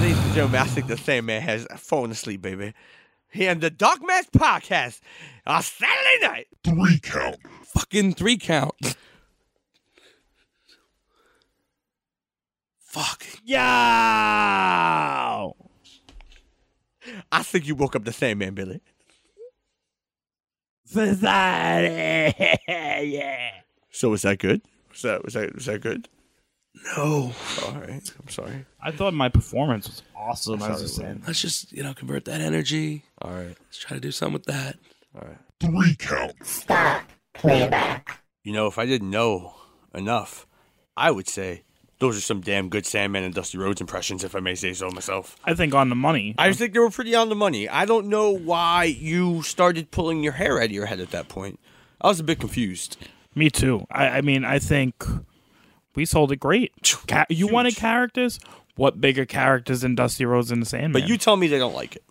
[SPEAKER 2] Ladies and gentlemen, I think the same man has fallen asleep, baby. Here on the Dark Match Podcast on Saturday night.
[SPEAKER 5] Three count.
[SPEAKER 8] Fucking three count. Fuck.
[SPEAKER 3] Yo.
[SPEAKER 2] I think you woke up the same man, Billy.
[SPEAKER 3] Society. <laughs> yeah.
[SPEAKER 2] So was that good? Was that was that was that good?
[SPEAKER 8] No.
[SPEAKER 2] All right. I'm sorry.
[SPEAKER 3] I thought my performance was awesome. I was just saying.
[SPEAKER 8] Let's just, you know, convert that energy.
[SPEAKER 2] All right.
[SPEAKER 8] Let's try to do something with that.
[SPEAKER 5] Three count.
[SPEAKER 4] Stop playback.
[SPEAKER 2] You know, if I didn't know enough, I would say those are some damn good Sandman and Dusty Rhodes impressions, if I may say so myself.
[SPEAKER 3] I think on the money.
[SPEAKER 2] I just think they were pretty on the money. I don't know why you started pulling your hair out of your head at that point. I was a bit confused.
[SPEAKER 3] Me too. I, I mean, I think we sold it great. Ca- you wanted characters? What bigger characters than Dusty Rhodes and the Sandman?
[SPEAKER 2] But you tell me they don't like it.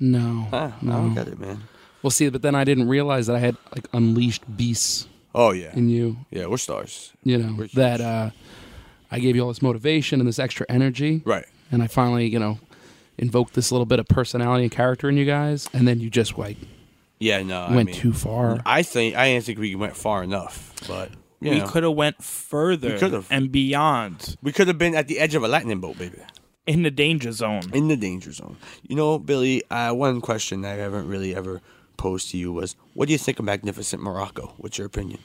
[SPEAKER 8] No.
[SPEAKER 2] Ah, I don't get it, man.
[SPEAKER 8] Well, see, but then I didn't realize that I had like unleashed beasts
[SPEAKER 2] Oh yeah,
[SPEAKER 8] in you.
[SPEAKER 2] yeah, we're stars,
[SPEAKER 8] You know
[SPEAKER 2] Which-
[SPEAKER 8] that uh, I gave you all this motivation and this extra energy,
[SPEAKER 2] right?
[SPEAKER 8] and I finally, you know, invoked this little bit of personality and character in you guys, and then you just like
[SPEAKER 2] Yeah, no, I
[SPEAKER 8] went
[SPEAKER 2] mean,
[SPEAKER 8] too far.
[SPEAKER 2] I think I didn't think we went far enough, but you
[SPEAKER 3] we
[SPEAKER 2] know,
[SPEAKER 3] could have went further
[SPEAKER 2] We could've.
[SPEAKER 3] and beyond
[SPEAKER 2] we could have been at the edge of a lightning bolt, baby.
[SPEAKER 3] in the danger zone.
[SPEAKER 2] in the danger zone. You know, Billy, uh, one question that I haven't really ever posed to you was, what do you think of Magnificent Morocco? What's your opinion?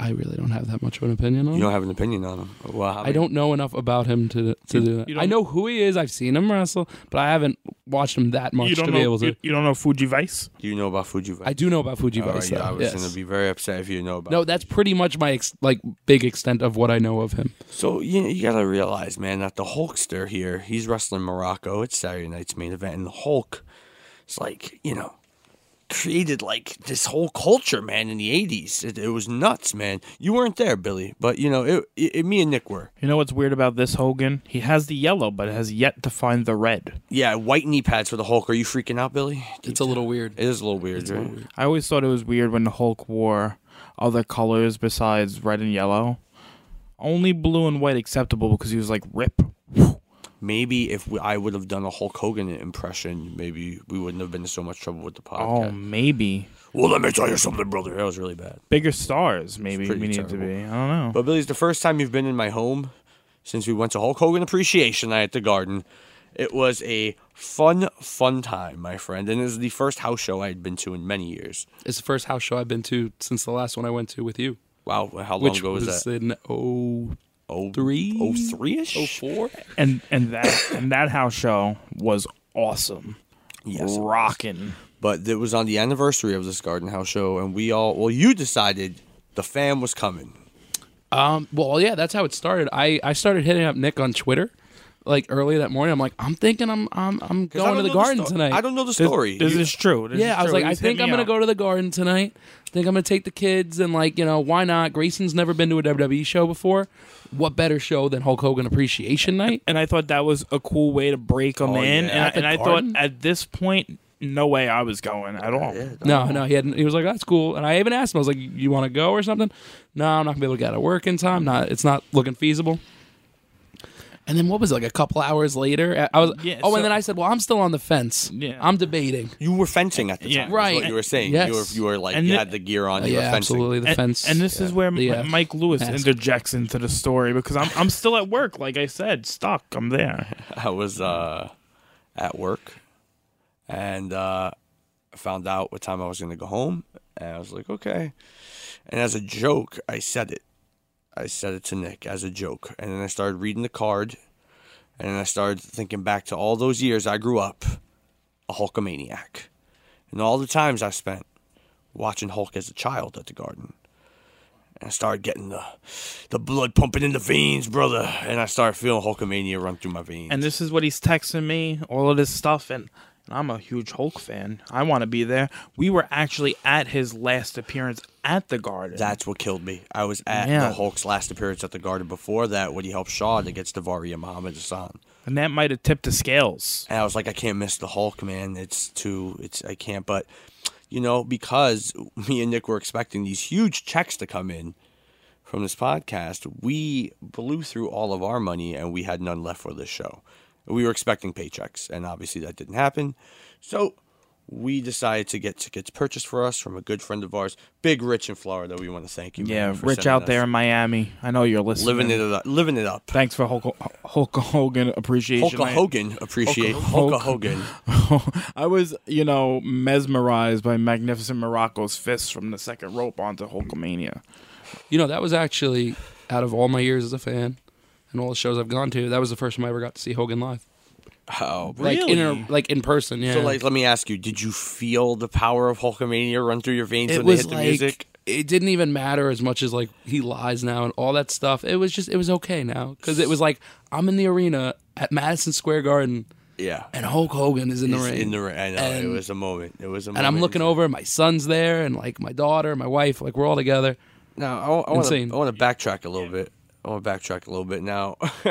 [SPEAKER 8] I really don't have that much of an opinion on.
[SPEAKER 2] You
[SPEAKER 8] him.
[SPEAKER 2] don't have an opinion on him. Well, how
[SPEAKER 8] I don't know enough about him to to do that.
[SPEAKER 3] you
[SPEAKER 8] I
[SPEAKER 3] don't-
[SPEAKER 8] know who he is. I've seen him wrestle, but I haven't watched him that much
[SPEAKER 3] You
[SPEAKER 8] to
[SPEAKER 3] don't
[SPEAKER 8] be
[SPEAKER 3] know.
[SPEAKER 8] able to.
[SPEAKER 3] You, you don't know Fuji Vice.
[SPEAKER 2] do you know about Fuji?
[SPEAKER 8] I do know about Fuji
[SPEAKER 2] All right,
[SPEAKER 8] Vice.
[SPEAKER 2] Oh, yeah,
[SPEAKER 8] though,
[SPEAKER 2] I was
[SPEAKER 8] yes.
[SPEAKER 2] gonna be very upset if you know about.
[SPEAKER 8] No, that's pretty much my ex- like big extent of what I know of him.
[SPEAKER 2] So you you gotta realize, man, that the Hulkster here, he's wrestling Morocco. It's Saturday night's main event, and the Hulk is like, you know, created like this whole culture, man, in the '80s. It, it was nuts, man. You weren't there, Billy, but you know, it, it, it me and Nick were.
[SPEAKER 3] You know what's weird about this Hogan? He has the yellow, but has yet to find the red.
[SPEAKER 2] Yeah, white knee pads for the Hulk. Are you freaking out, Billy?
[SPEAKER 8] It's a little weird.
[SPEAKER 2] It is a little weird, right?
[SPEAKER 3] I always thought it was weird when the Hulk wore other colors besides red and yellow. Only blue and white acceptable because he was like rip.
[SPEAKER 2] Maybe if we, I would have done a Hulk Hogan impression, maybe we wouldn't have been in so much trouble with the
[SPEAKER 3] Oh,
[SPEAKER 8] Um,
[SPEAKER 2] podcast.
[SPEAKER 3] maybe
[SPEAKER 2] well, let me tell you something, brother. That was really bad.
[SPEAKER 3] bigger stars. Maybe we
[SPEAKER 2] pretty
[SPEAKER 3] need to
[SPEAKER 2] terrible.
[SPEAKER 3] be. I don't know.
[SPEAKER 2] But Billy's the first time you've been in my home since we went to Hulk Hogan Appreciation Night at the Garden. It was a fun, fun time, my friend, and it was the first house show I had been to in many years.
[SPEAKER 8] It's the first house show I've been to since the last one I went to with you,
[SPEAKER 2] Wow, how long
[SPEAKER 8] which
[SPEAKER 2] ago was,
[SPEAKER 8] was,
[SPEAKER 2] that?
[SPEAKER 8] in oh
[SPEAKER 2] Oh,
[SPEAKER 8] three?
[SPEAKER 2] oh three ish,
[SPEAKER 8] oh four.
[SPEAKER 3] and and that and that house show was awesome.
[SPEAKER 2] Yes, it was.
[SPEAKER 3] rocking.
[SPEAKER 2] but it was on the anniversary of this Garden House show, and we all well, you decided the fam was coming.
[SPEAKER 8] Um, well, yeah, that's how it started. I, I started hitting up Nick on Twitter
[SPEAKER 1] like early that morning. I'm like, I'm thinking I'm I'm I'm
[SPEAKER 2] 'Cause I
[SPEAKER 1] going to
[SPEAKER 2] don't
[SPEAKER 1] the
[SPEAKER 2] know
[SPEAKER 1] garden
[SPEAKER 2] sto-
[SPEAKER 1] tonight.
[SPEAKER 2] I don't know the
[SPEAKER 3] This,
[SPEAKER 2] story.
[SPEAKER 3] this
[SPEAKER 2] You-
[SPEAKER 3] is true. This
[SPEAKER 1] yeah,
[SPEAKER 3] is
[SPEAKER 1] I was
[SPEAKER 3] true.
[SPEAKER 1] like, I
[SPEAKER 3] Just hit
[SPEAKER 1] think
[SPEAKER 3] me
[SPEAKER 1] I'm gonna
[SPEAKER 3] up.
[SPEAKER 1] go to the garden tonight. Think I'm gonna take the kids and like you know why not? Grayson's never been to a WWE show before. What better show than Hulk Hogan Appreciation Night?
[SPEAKER 3] and I thought that was a cool way to break them
[SPEAKER 2] Oh,
[SPEAKER 3] in.
[SPEAKER 2] yeah.
[SPEAKER 3] And, I,
[SPEAKER 2] At
[SPEAKER 1] the
[SPEAKER 3] and I thought
[SPEAKER 1] garden?
[SPEAKER 3] at this point, no way I was going at all.
[SPEAKER 2] Yeah,
[SPEAKER 1] No, no, he had not He was like, "That's cool," and I even asked him. I was like, "You want to go or something?" No, I'm not gonna be able to get out of work in time. Not, it's not looking feasible. And then what was it, like a couple hours later? I I was.
[SPEAKER 3] Yeah,
[SPEAKER 1] oh,
[SPEAKER 3] so-
[SPEAKER 1] and then I said, "Well, I'm still on the fence.
[SPEAKER 3] Yeah.
[SPEAKER 1] I'm debating."
[SPEAKER 2] You were fencing at the
[SPEAKER 3] Yeah.
[SPEAKER 2] time, Is
[SPEAKER 1] Right.
[SPEAKER 2] what you were saying.
[SPEAKER 1] Yes.
[SPEAKER 2] You were you were like
[SPEAKER 3] And
[SPEAKER 2] you
[SPEAKER 3] the-
[SPEAKER 2] had the gear on. You were
[SPEAKER 1] yeah,
[SPEAKER 2] fencing.
[SPEAKER 1] absolutely. The
[SPEAKER 3] And,
[SPEAKER 1] fence.
[SPEAKER 3] and this is where
[SPEAKER 1] The,
[SPEAKER 3] Mi-
[SPEAKER 1] uh,
[SPEAKER 3] Mike Lewis
[SPEAKER 1] mask.
[SPEAKER 3] interjects into the story because I'm I'm still at work, like I said, stuck. I'm there.
[SPEAKER 2] I was uh, at work, and uh, I found out what time I was going to go home, and I was like, okay. And as a joke, I said it. I said it to Nick as a joke, and then I started reading the card, and then I started thinking back to all those years I grew up, a Hulkamaniac, and all the times I spent watching Hulk as a child at the Garden. And I started getting the the blood pumping in the veins, brother. And I started feeling Hulkamania run through my veins.
[SPEAKER 3] And this is what he's texting me, all of this stuff, and, and I'm a huge Hulk fan. I want to be there. We were actually at his last appearance at the Garden.
[SPEAKER 2] That's what killed me. I was at
[SPEAKER 3] Yeah.
[SPEAKER 2] the Hulk's last appearance at the Garden before that when he helped Shawd against Davari and Muhammad Hassan.
[SPEAKER 3] and that might have tipped the scales.
[SPEAKER 2] And I was like, I can't miss the Hulk, man. It's too, it's, I can't. But, you know, because me and Nick were expecting these huge checks to come in from this podcast, we blew through all of our money and we had none left for this show. We were expecting paychecks, and obviously that didn't happen. So we decided to get tickets purchased for us from a good friend of ours, Big Rich in Florida. We want to thank you.
[SPEAKER 3] Yeah,
[SPEAKER 2] man, for
[SPEAKER 3] Rich
[SPEAKER 2] sending
[SPEAKER 3] out
[SPEAKER 2] us-
[SPEAKER 3] there in Miami. I know you're listening.
[SPEAKER 2] living it up, living it up.
[SPEAKER 3] Thanks for Hulk, Hulk Hogan appreciation.
[SPEAKER 2] Hulk Hogan appreciate
[SPEAKER 3] Hulk-
[SPEAKER 2] Hulk Hogan.
[SPEAKER 3] <laughs> I was, you know, mesmerized by Magnificent Morocco's fists from the second rope onto Hulkamania.
[SPEAKER 1] You know, that was actually out of all my years as a fan and all the shows I've gone to, that was the first time I ever got to see Hogan live.
[SPEAKER 2] Oh, bro.
[SPEAKER 1] Like in a, like in person, yeah.
[SPEAKER 2] so like, let me ask you: Did you feel the power of Hulkamania run through your veins
[SPEAKER 1] it
[SPEAKER 2] when
[SPEAKER 1] was
[SPEAKER 2] they hit the
[SPEAKER 1] like
[SPEAKER 2] music?
[SPEAKER 1] it didn't even matter as much as like he lies now and all that stuff. It was just it was okay now cuz it was like I'm in the arena at Madison Square Garden
[SPEAKER 2] Yeah,
[SPEAKER 1] and Hulk Hogan is in the
[SPEAKER 2] It's
[SPEAKER 1] ring.
[SPEAKER 2] in the ring. I know it
[SPEAKER 1] And-
[SPEAKER 2] was a moment. It was a
[SPEAKER 1] and
[SPEAKER 2] moment.
[SPEAKER 1] I'm looking over and my son's there and like my daughter, my wife, like we're all together.
[SPEAKER 2] Now I, want to
[SPEAKER 1] Insane.
[SPEAKER 2] I want to backtrack a little bit. I want to backtrack a little bit now. <laughs>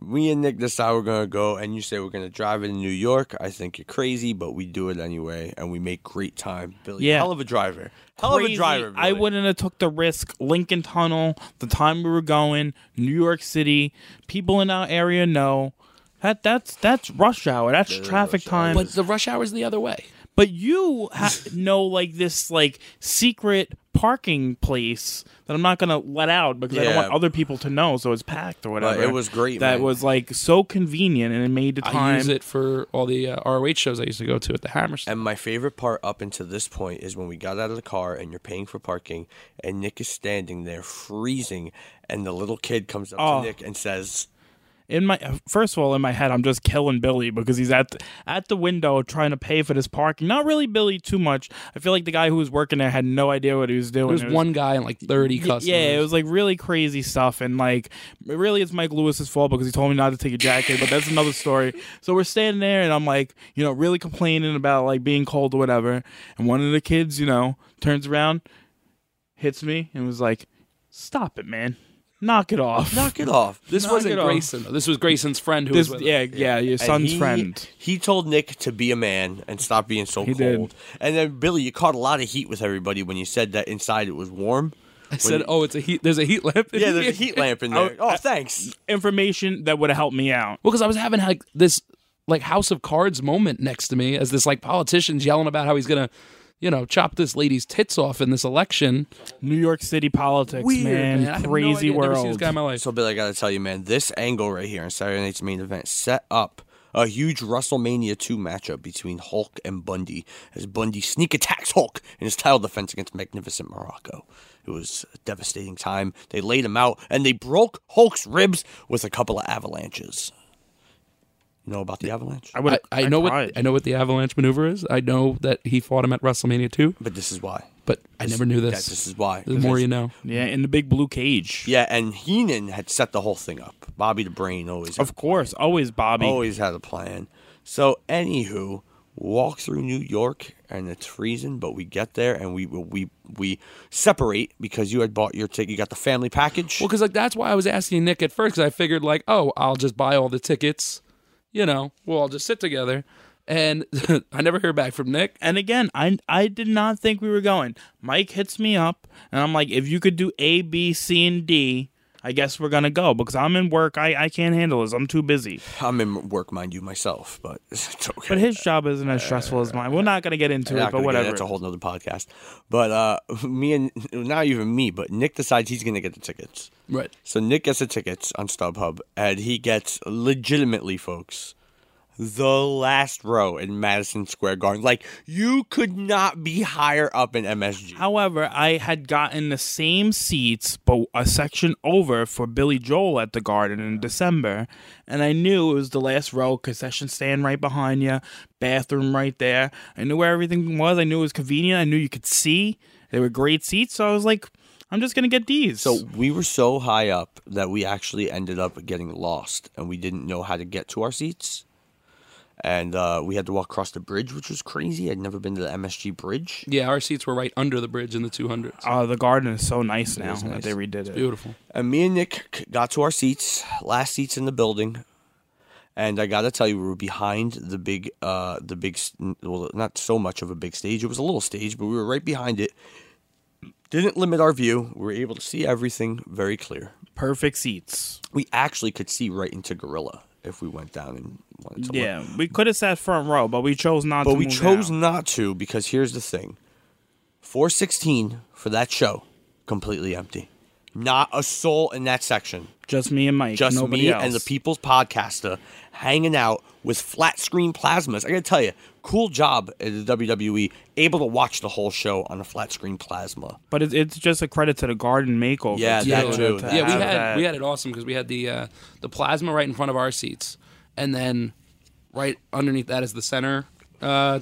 [SPEAKER 2] Me and Nick decide we're gonna go, and you say we're gonna drive in New York. I think you're crazy, but we do it anyway, and we make great time. Billy,
[SPEAKER 3] Yeah.
[SPEAKER 2] hell of a driver, hell of a
[SPEAKER 3] Crazy.
[SPEAKER 2] driver. Billy.
[SPEAKER 3] I wouldn't have took the risk. Lincoln Tunnel, the time we were going, New York City, people in our area know. That that's that's rush hour. That's traffic
[SPEAKER 2] rush hour.
[SPEAKER 3] time.
[SPEAKER 1] But
[SPEAKER 3] But,
[SPEAKER 1] the rush hour's the other way.
[SPEAKER 3] you ha- know like this like secret parking place that I'm not gonna let out because I don't
[SPEAKER 2] Yeah.
[SPEAKER 3] want other people to know. So it's packed or whatever.
[SPEAKER 2] it was great,
[SPEAKER 3] That
[SPEAKER 2] man.
[SPEAKER 3] was like so convenient and it made the time.
[SPEAKER 1] I use it for all the uh, ROH shows I used to go to at the Hammer. Store.
[SPEAKER 2] And my favorite part up until this point is when we got out of the car and you're paying for parking, and Nick is standing there freezing, and the little kid comes up
[SPEAKER 3] Oh.
[SPEAKER 2] to Nick and says,
[SPEAKER 3] in my first of all in my head i'm just killing billy because he's at at the window trying to pay for this parking not really billy too much i feel like the guy who was working there had no idea what he was doing
[SPEAKER 1] There was
[SPEAKER 3] It
[SPEAKER 1] one guy and like 30
[SPEAKER 3] Y-
[SPEAKER 1] customers.
[SPEAKER 3] yeah it was like really crazy stuff and like it really it's mike lewis's fault because he told me not to take a jacket but that's another story so we're standing there and i'm like you know really complaining about like being cold or whatever and one of the kids you know turns around hits me and was like stop it man knock it off
[SPEAKER 2] "Knock it off."
[SPEAKER 1] This
[SPEAKER 3] Knock
[SPEAKER 1] wasn't
[SPEAKER 3] it off.
[SPEAKER 1] Grayson. though. This was Grayson's friend who
[SPEAKER 3] this,
[SPEAKER 1] was with
[SPEAKER 3] yeah, yeah, your
[SPEAKER 2] And
[SPEAKER 3] son's
[SPEAKER 2] he-
[SPEAKER 3] friend.
[SPEAKER 2] He told Nick to be a man and stop being so
[SPEAKER 3] He did.
[SPEAKER 2] cold. And then Billy, you caught a lot of heat with everybody when you said that inside it was warm.
[SPEAKER 1] I said, "Oh, it's a heat. There's a heat lamp." in
[SPEAKER 2] Yeah, there's a
[SPEAKER 1] here."
[SPEAKER 2] heat lamp
[SPEAKER 3] <laughs>
[SPEAKER 2] in there. Oh, thanks.
[SPEAKER 3] information that would have helped me out.
[SPEAKER 1] Well, because I was having like this like House of Cards moment next to me as this like politician's yelling about how he's gonna, you know, chop this lady's tits off in this election.
[SPEAKER 3] New York City politics,
[SPEAKER 1] Weird,
[SPEAKER 3] man,
[SPEAKER 1] I have no
[SPEAKER 3] crazy
[SPEAKER 1] idea. Never seen this
[SPEAKER 3] world.
[SPEAKER 1] guy in my life.
[SPEAKER 2] So, Billy, I gotta tell you, man, this angle right here in Saturday Night's main event set up a huge WrestleMania 2 matchup between Hulk and Bundy as Bundy sneak attacks Hulk in his title defense against Magnificent Morocco. It was a devastating time. They laid him out and they broke Hulk's ribs with a couple of avalanches. You know about the avalanche?
[SPEAKER 3] I would.
[SPEAKER 1] I, I know what
[SPEAKER 3] cried.
[SPEAKER 1] I know what the avalanche maneuver is. I know that he fought him at WrestleMania two.
[SPEAKER 2] But this is why.
[SPEAKER 9] But I never knew
[SPEAKER 2] that
[SPEAKER 9] this.
[SPEAKER 2] this is why.
[SPEAKER 9] The more you know.
[SPEAKER 3] Yeah, in the big blue cage.
[SPEAKER 2] Yeah, and Heenan had set the whole thing up. Bobby the Brain always had
[SPEAKER 3] Of course, always Bobby.
[SPEAKER 2] always had a plan. So, anywho, walk through New York, and it's freezing, but we get there and we we we separate because you had bought your ticket. You got the family package.
[SPEAKER 1] Well, because like that's why I was asking Nick at first, because I figured like, oh, I'll just buy all the tickets, you know, we'll all just sit together, and <laughs> I never hear back from Nick.
[SPEAKER 3] And again, I I did not think we were going. Mike hits me up, and I'm like, if you could do A, B, C, and D, I guess we're gonna go because I'm in work. I I can't handle this. I'm too busy.
[SPEAKER 2] I'm in work, mind you, myself, but <laughs> it's okay.
[SPEAKER 3] But his job isn't as stressful as mine. We're not gonna get into
[SPEAKER 2] We're
[SPEAKER 3] it,
[SPEAKER 2] not
[SPEAKER 3] but
[SPEAKER 2] gonna get-
[SPEAKER 3] whatever.
[SPEAKER 2] That's a whole nother podcast. But uh, <laughs> me and not even me, but Nick decides he's gonna get the tickets.
[SPEAKER 1] Right.
[SPEAKER 2] So Nick gets the tickets on StubHub, and he gets legitimately, folks, the last row in Madison Square Garden. Like you could not be higher up in MSG.
[SPEAKER 3] However, I had gotten the same seats, but a section over for Billy Joel at the Garden in December, and I knew it was the last row, concession stand right behind you, bathroom right there. I knew where everything was. I knew it was convenient. I knew you could see. They were great seats, so I was like, I'm just gonna get these.
[SPEAKER 2] so we were so high up that we actually ended up getting lost, and we didn't know how to get to our seats. And uh, we had to walk across the bridge, which was crazy. I'd never been to the MSG bridge.
[SPEAKER 1] Yeah, our seats were right under the bridge in the 200s.
[SPEAKER 3] uh, the Garden is so nice now that they redid it.
[SPEAKER 1] Beautiful.
[SPEAKER 2] And me and Nick c- got to our seats, last seats in the building, and I gotta tell you, we were behind the big, uh, the big, s- n- well, not so much of a big stage. It was a little stage, but we were right behind it. Didn't limit our view. We were able to see everything very clear.
[SPEAKER 3] Perfect seats.
[SPEAKER 2] We actually could see right into Gorilla if we went down and wanted to. look.
[SPEAKER 3] Yeah, we could have sat front row, but we chose not.
[SPEAKER 2] But
[SPEAKER 3] to
[SPEAKER 2] we
[SPEAKER 3] move
[SPEAKER 2] chose
[SPEAKER 3] down.
[SPEAKER 2] not to because here's the thing 416 for that show, completely empty. Not a soul in that section.
[SPEAKER 3] just me and Mike,
[SPEAKER 2] just
[SPEAKER 3] nobody
[SPEAKER 2] me
[SPEAKER 3] else.
[SPEAKER 2] and the people's podcaster hanging out with flat screen plasmas. I gotta tell you, cool job at the WWE, able to watch the whole show on a flat screen plasma.
[SPEAKER 3] But it's it's just a credit to the Garden makeover.
[SPEAKER 2] Yeah,
[SPEAKER 3] to-
[SPEAKER 2] that
[SPEAKER 3] to-
[SPEAKER 2] too,
[SPEAKER 3] to
[SPEAKER 2] that
[SPEAKER 1] yeah, we
[SPEAKER 3] have
[SPEAKER 1] had
[SPEAKER 3] that.
[SPEAKER 1] we had it awesome because we had the uh, the plasma right in front of our seats, and then right underneath that is the center uh,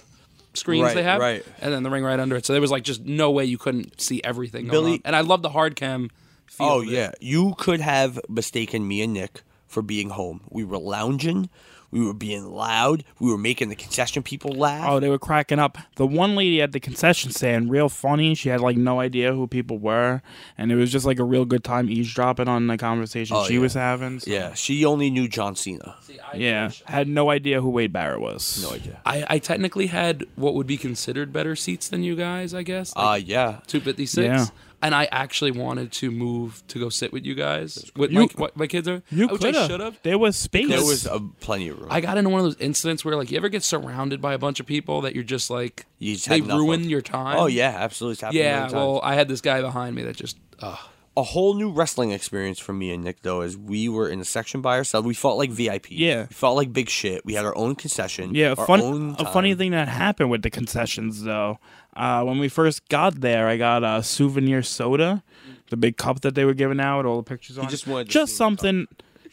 [SPEAKER 1] screens
[SPEAKER 2] Right,
[SPEAKER 1] they have,
[SPEAKER 2] right.
[SPEAKER 1] and then the ring right under it. So there was like just no way you couldn't see everything. going
[SPEAKER 2] Billy-
[SPEAKER 1] on. and I love the hard cam. Feel
[SPEAKER 2] Oh
[SPEAKER 1] of it.
[SPEAKER 2] yeah, you could have mistaken me and Nick for being home. We were lounging, we were being loud, we were making the concession people laugh.
[SPEAKER 3] Oh, they were cracking up. The one lady at the concession stand, real funny. She had like no idea who people were, and it was just like a real good time eavesdropping on the conversation she
[SPEAKER 2] Oh, yeah.
[SPEAKER 3] was having. so-
[SPEAKER 2] yeah, she only knew John Cena.
[SPEAKER 3] yeah. Had no idea who Wade Barrett was.
[SPEAKER 2] No idea.
[SPEAKER 1] I, I technically had what would be considered better seats than you guys, I guess. Like
[SPEAKER 2] Uh yeah.
[SPEAKER 1] two fifty six.
[SPEAKER 3] Yeah.
[SPEAKER 1] And I actually wanted to move to go sit with you guys with
[SPEAKER 3] You-
[SPEAKER 1] my, what, my kids. Are,
[SPEAKER 3] You
[SPEAKER 1] which
[SPEAKER 3] could
[SPEAKER 1] I should have.
[SPEAKER 3] There was space.
[SPEAKER 2] There was uh, plenty of room.
[SPEAKER 1] I got into one of those incidents where like you ever get surrounded by a bunch of people that you're just like
[SPEAKER 2] You just
[SPEAKER 1] they
[SPEAKER 2] had enough
[SPEAKER 1] ruin
[SPEAKER 2] of-
[SPEAKER 1] your time.
[SPEAKER 2] oh yeah, absolutely. It's happened many
[SPEAKER 1] Yeah,
[SPEAKER 2] times. Oh.
[SPEAKER 1] well, I had this guy behind me that just uh,
[SPEAKER 2] a whole new wrestling experience for me and Nick though is we were in a section by ourselves. We felt like VIP.
[SPEAKER 3] Yeah.
[SPEAKER 2] We felt like big shit. We had our own concession.
[SPEAKER 3] Yeah,
[SPEAKER 2] our
[SPEAKER 3] fun,
[SPEAKER 2] own
[SPEAKER 3] a
[SPEAKER 2] time.
[SPEAKER 3] funny thing that happened with the concessions though. Uh, when we first got there, I got a souvenir soda, the big cup that they were giving out with all the pictures on. it.
[SPEAKER 2] just wanted the
[SPEAKER 3] just
[SPEAKER 2] souvenir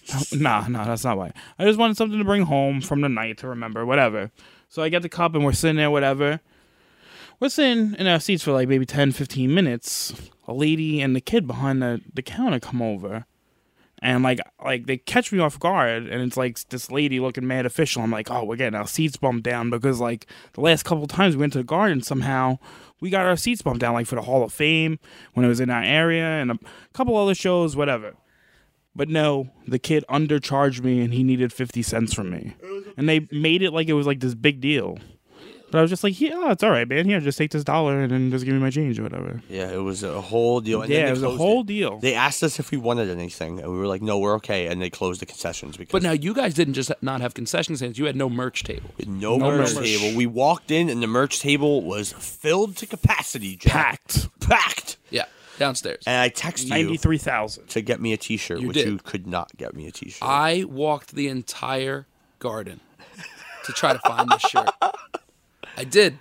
[SPEAKER 3] something. <laughs> nah, nah, that's not why. I just wanted something to bring home from the night to remember, whatever. So I get the cup and we're sitting there, whatever. We're sitting in our seats for like maybe 10, 15 minutes. A lady and the kid behind the, the counter come over and like like they catch me off guard and it's like this lady looking mad official i'm like oh we're getting our seats bumped down because like the last couple times we went to the garden somehow we got our seats bumped down like for the hall of fame when it was in our area and a couple other shows whatever but no the kid undercharged me and he needed 50 cents from me and they made it like it was like this big deal but i was just like yeah oh, it's all right man here just take this dollar and then just give me my change or whatever
[SPEAKER 2] Yeah, it was a whole deal. And then
[SPEAKER 3] yeah
[SPEAKER 2] they
[SPEAKER 3] it was a
[SPEAKER 2] closed
[SPEAKER 3] whole
[SPEAKER 2] it.
[SPEAKER 3] deal
[SPEAKER 2] They asked us if we wanted anything, and we were like, "No, we're okay." And they closed the concessions because
[SPEAKER 1] But now you guys didn't just not have concession stands; you had no merch table.
[SPEAKER 2] no,
[SPEAKER 3] no
[SPEAKER 2] merch,
[SPEAKER 3] merch.
[SPEAKER 2] table. We walked in, and the merch table was filled to capacity, Jack.
[SPEAKER 3] packed
[SPEAKER 2] packed.
[SPEAKER 1] Yeah, downstairs.
[SPEAKER 2] And I texted you
[SPEAKER 3] 93000
[SPEAKER 2] to get me a T-shirt,
[SPEAKER 1] You
[SPEAKER 2] which
[SPEAKER 1] did.
[SPEAKER 2] you could not get me a T-shirt.
[SPEAKER 1] I walked the entire garden to try to find this shirt. I did.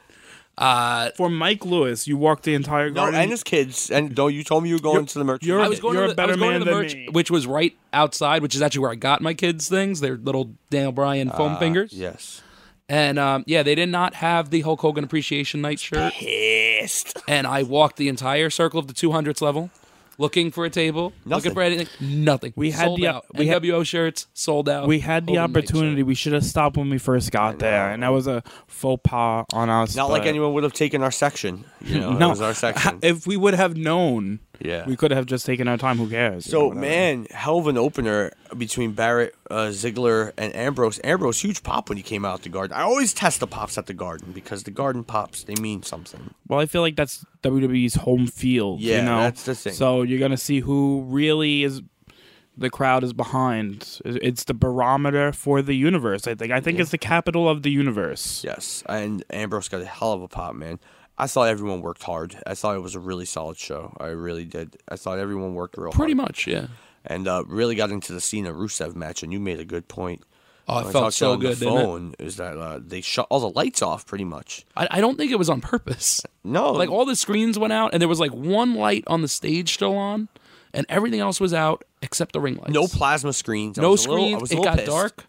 [SPEAKER 3] for Mike Lewis, you walked the entire
[SPEAKER 2] no,
[SPEAKER 3] garden.
[SPEAKER 2] and his kids, and no, you told me you were going to the merch.
[SPEAKER 3] you're- <laughs>
[SPEAKER 1] I was going
[SPEAKER 3] You're
[SPEAKER 1] to
[SPEAKER 3] a
[SPEAKER 1] the, I
[SPEAKER 3] better
[SPEAKER 1] was going
[SPEAKER 3] man
[SPEAKER 1] to the
[SPEAKER 3] than
[SPEAKER 1] merch,
[SPEAKER 3] me.
[SPEAKER 1] which was right
[SPEAKER 2] Uh,
[SPEAKER 1] outside, which is actually where I got my kids' things, their little Daniel Bryan foam fingers.
[SPEAKER 2] yes.
[SPEAKER 1] And um, yeah, they did not have the Hulk Hogan Appreciation Night shirt.
[SPEAKER 2] Pissed.
[SPEAKER 1] And I walked the entire circle of the 200s level looking for a table,
[SPEAKER 2] Nothing.
[SPEAKER 1] looking for anything. Nothing.
[SPEAKER 3] We had
[SPEAKER 1] Sold
[SPEAKER 3] the-
[SPEAKER 1] out.
[SPEAKER 3] we had-
[SPEAKER 1] NWO shirts sold out.
[SPEAKER 3] We had the
[SPEAKER 1] Hogan Night
[SPEAKER 3] opportunity.
[SPEAKER 1] shirt.
[SPEAKER 3] We should have stopped when we first got there, and that was a faux pas on us.
[SPEAKER 2] Not like
[SPEAKER 3] but-
[SPEAKER 2] anyone would have taken our section.
[SPEAKER 1] <laughs>
[SPEAKER 2] You know,
[SPEAKER 3] No,
[SPEAKER 2] it was our section.
[SPEAKER 3] If we would have known,
[SPEAKER 2] Yeah.
[SPEAKER 3] we could have just taken our time. Who cares?
[SPEAKER 2] So
[SPEAKER 3] You know, whatever.
[SPEAKER 2] man, hell of an opener between Barrett, uh, Ziggler, and Ambrose. Ambrose huge pop when he came out the Garden. I always test the pops at the Garden because the Garden pops they mean something.
[SPEAKER 3] Well, I feel like that's WWE's home field.
[SPEAKER 2] Yeah,
[SPEAKER 3] you know?
[SPEAKER 2] that's the thing.
[SPEAKER 3] So you're gonna see who really is the crowd is behind. It's the barometer for the universe. I think. I think it's the capital of the universe.
[SPEAKER 2] Yes, and Ambrose got a hell of a pop, man. I thought everyone worked hard. I thought it was a really solid show. I really did. I thought everyone worked real
[SPEAKER 1] Pretty
[SPEAKER 2] hard.
[SPEAKER 1] much, yeah.
[SPEAKER 2] and uh, really got into the Cena Rusev match. And you made a good point.
[SPEAKER 1] Oh,
[SPEAKER 2] When
[SPEAKER 1] it
[SPEAKER 2] I
[SPEAKER 1] felt
[SPEAKER 2] talked
[SPEAKER 1] so
[SPEAKER 2] on
[SPEAKER 1] good,
[SPEAKER 2] The
[SPEAKER 1] didn't it?
[SPEAKER 2] phone is that uh, they shut all the lights off pretty much.
[SPEAKER 1] I, I don't think it was on purpose.
[SPEAKER 2] No,
[SPEAKER 1] Like all the screens went out, and there was like one light on the stage still on, and everything else was out except the ring lights.
[SPEAKER 2] no plasma screens. I
[SPEAKER 1] no
[SPEAKER 2] was a little- I
[SPEAKER 1] screens.
[SPEAKER 2] was a
[SPEAKER 1] it
[SPEAKER 2] little
[SPEAKER 1] got
[SPEAKER 2] pissed.
[SPEAKER 1] dark.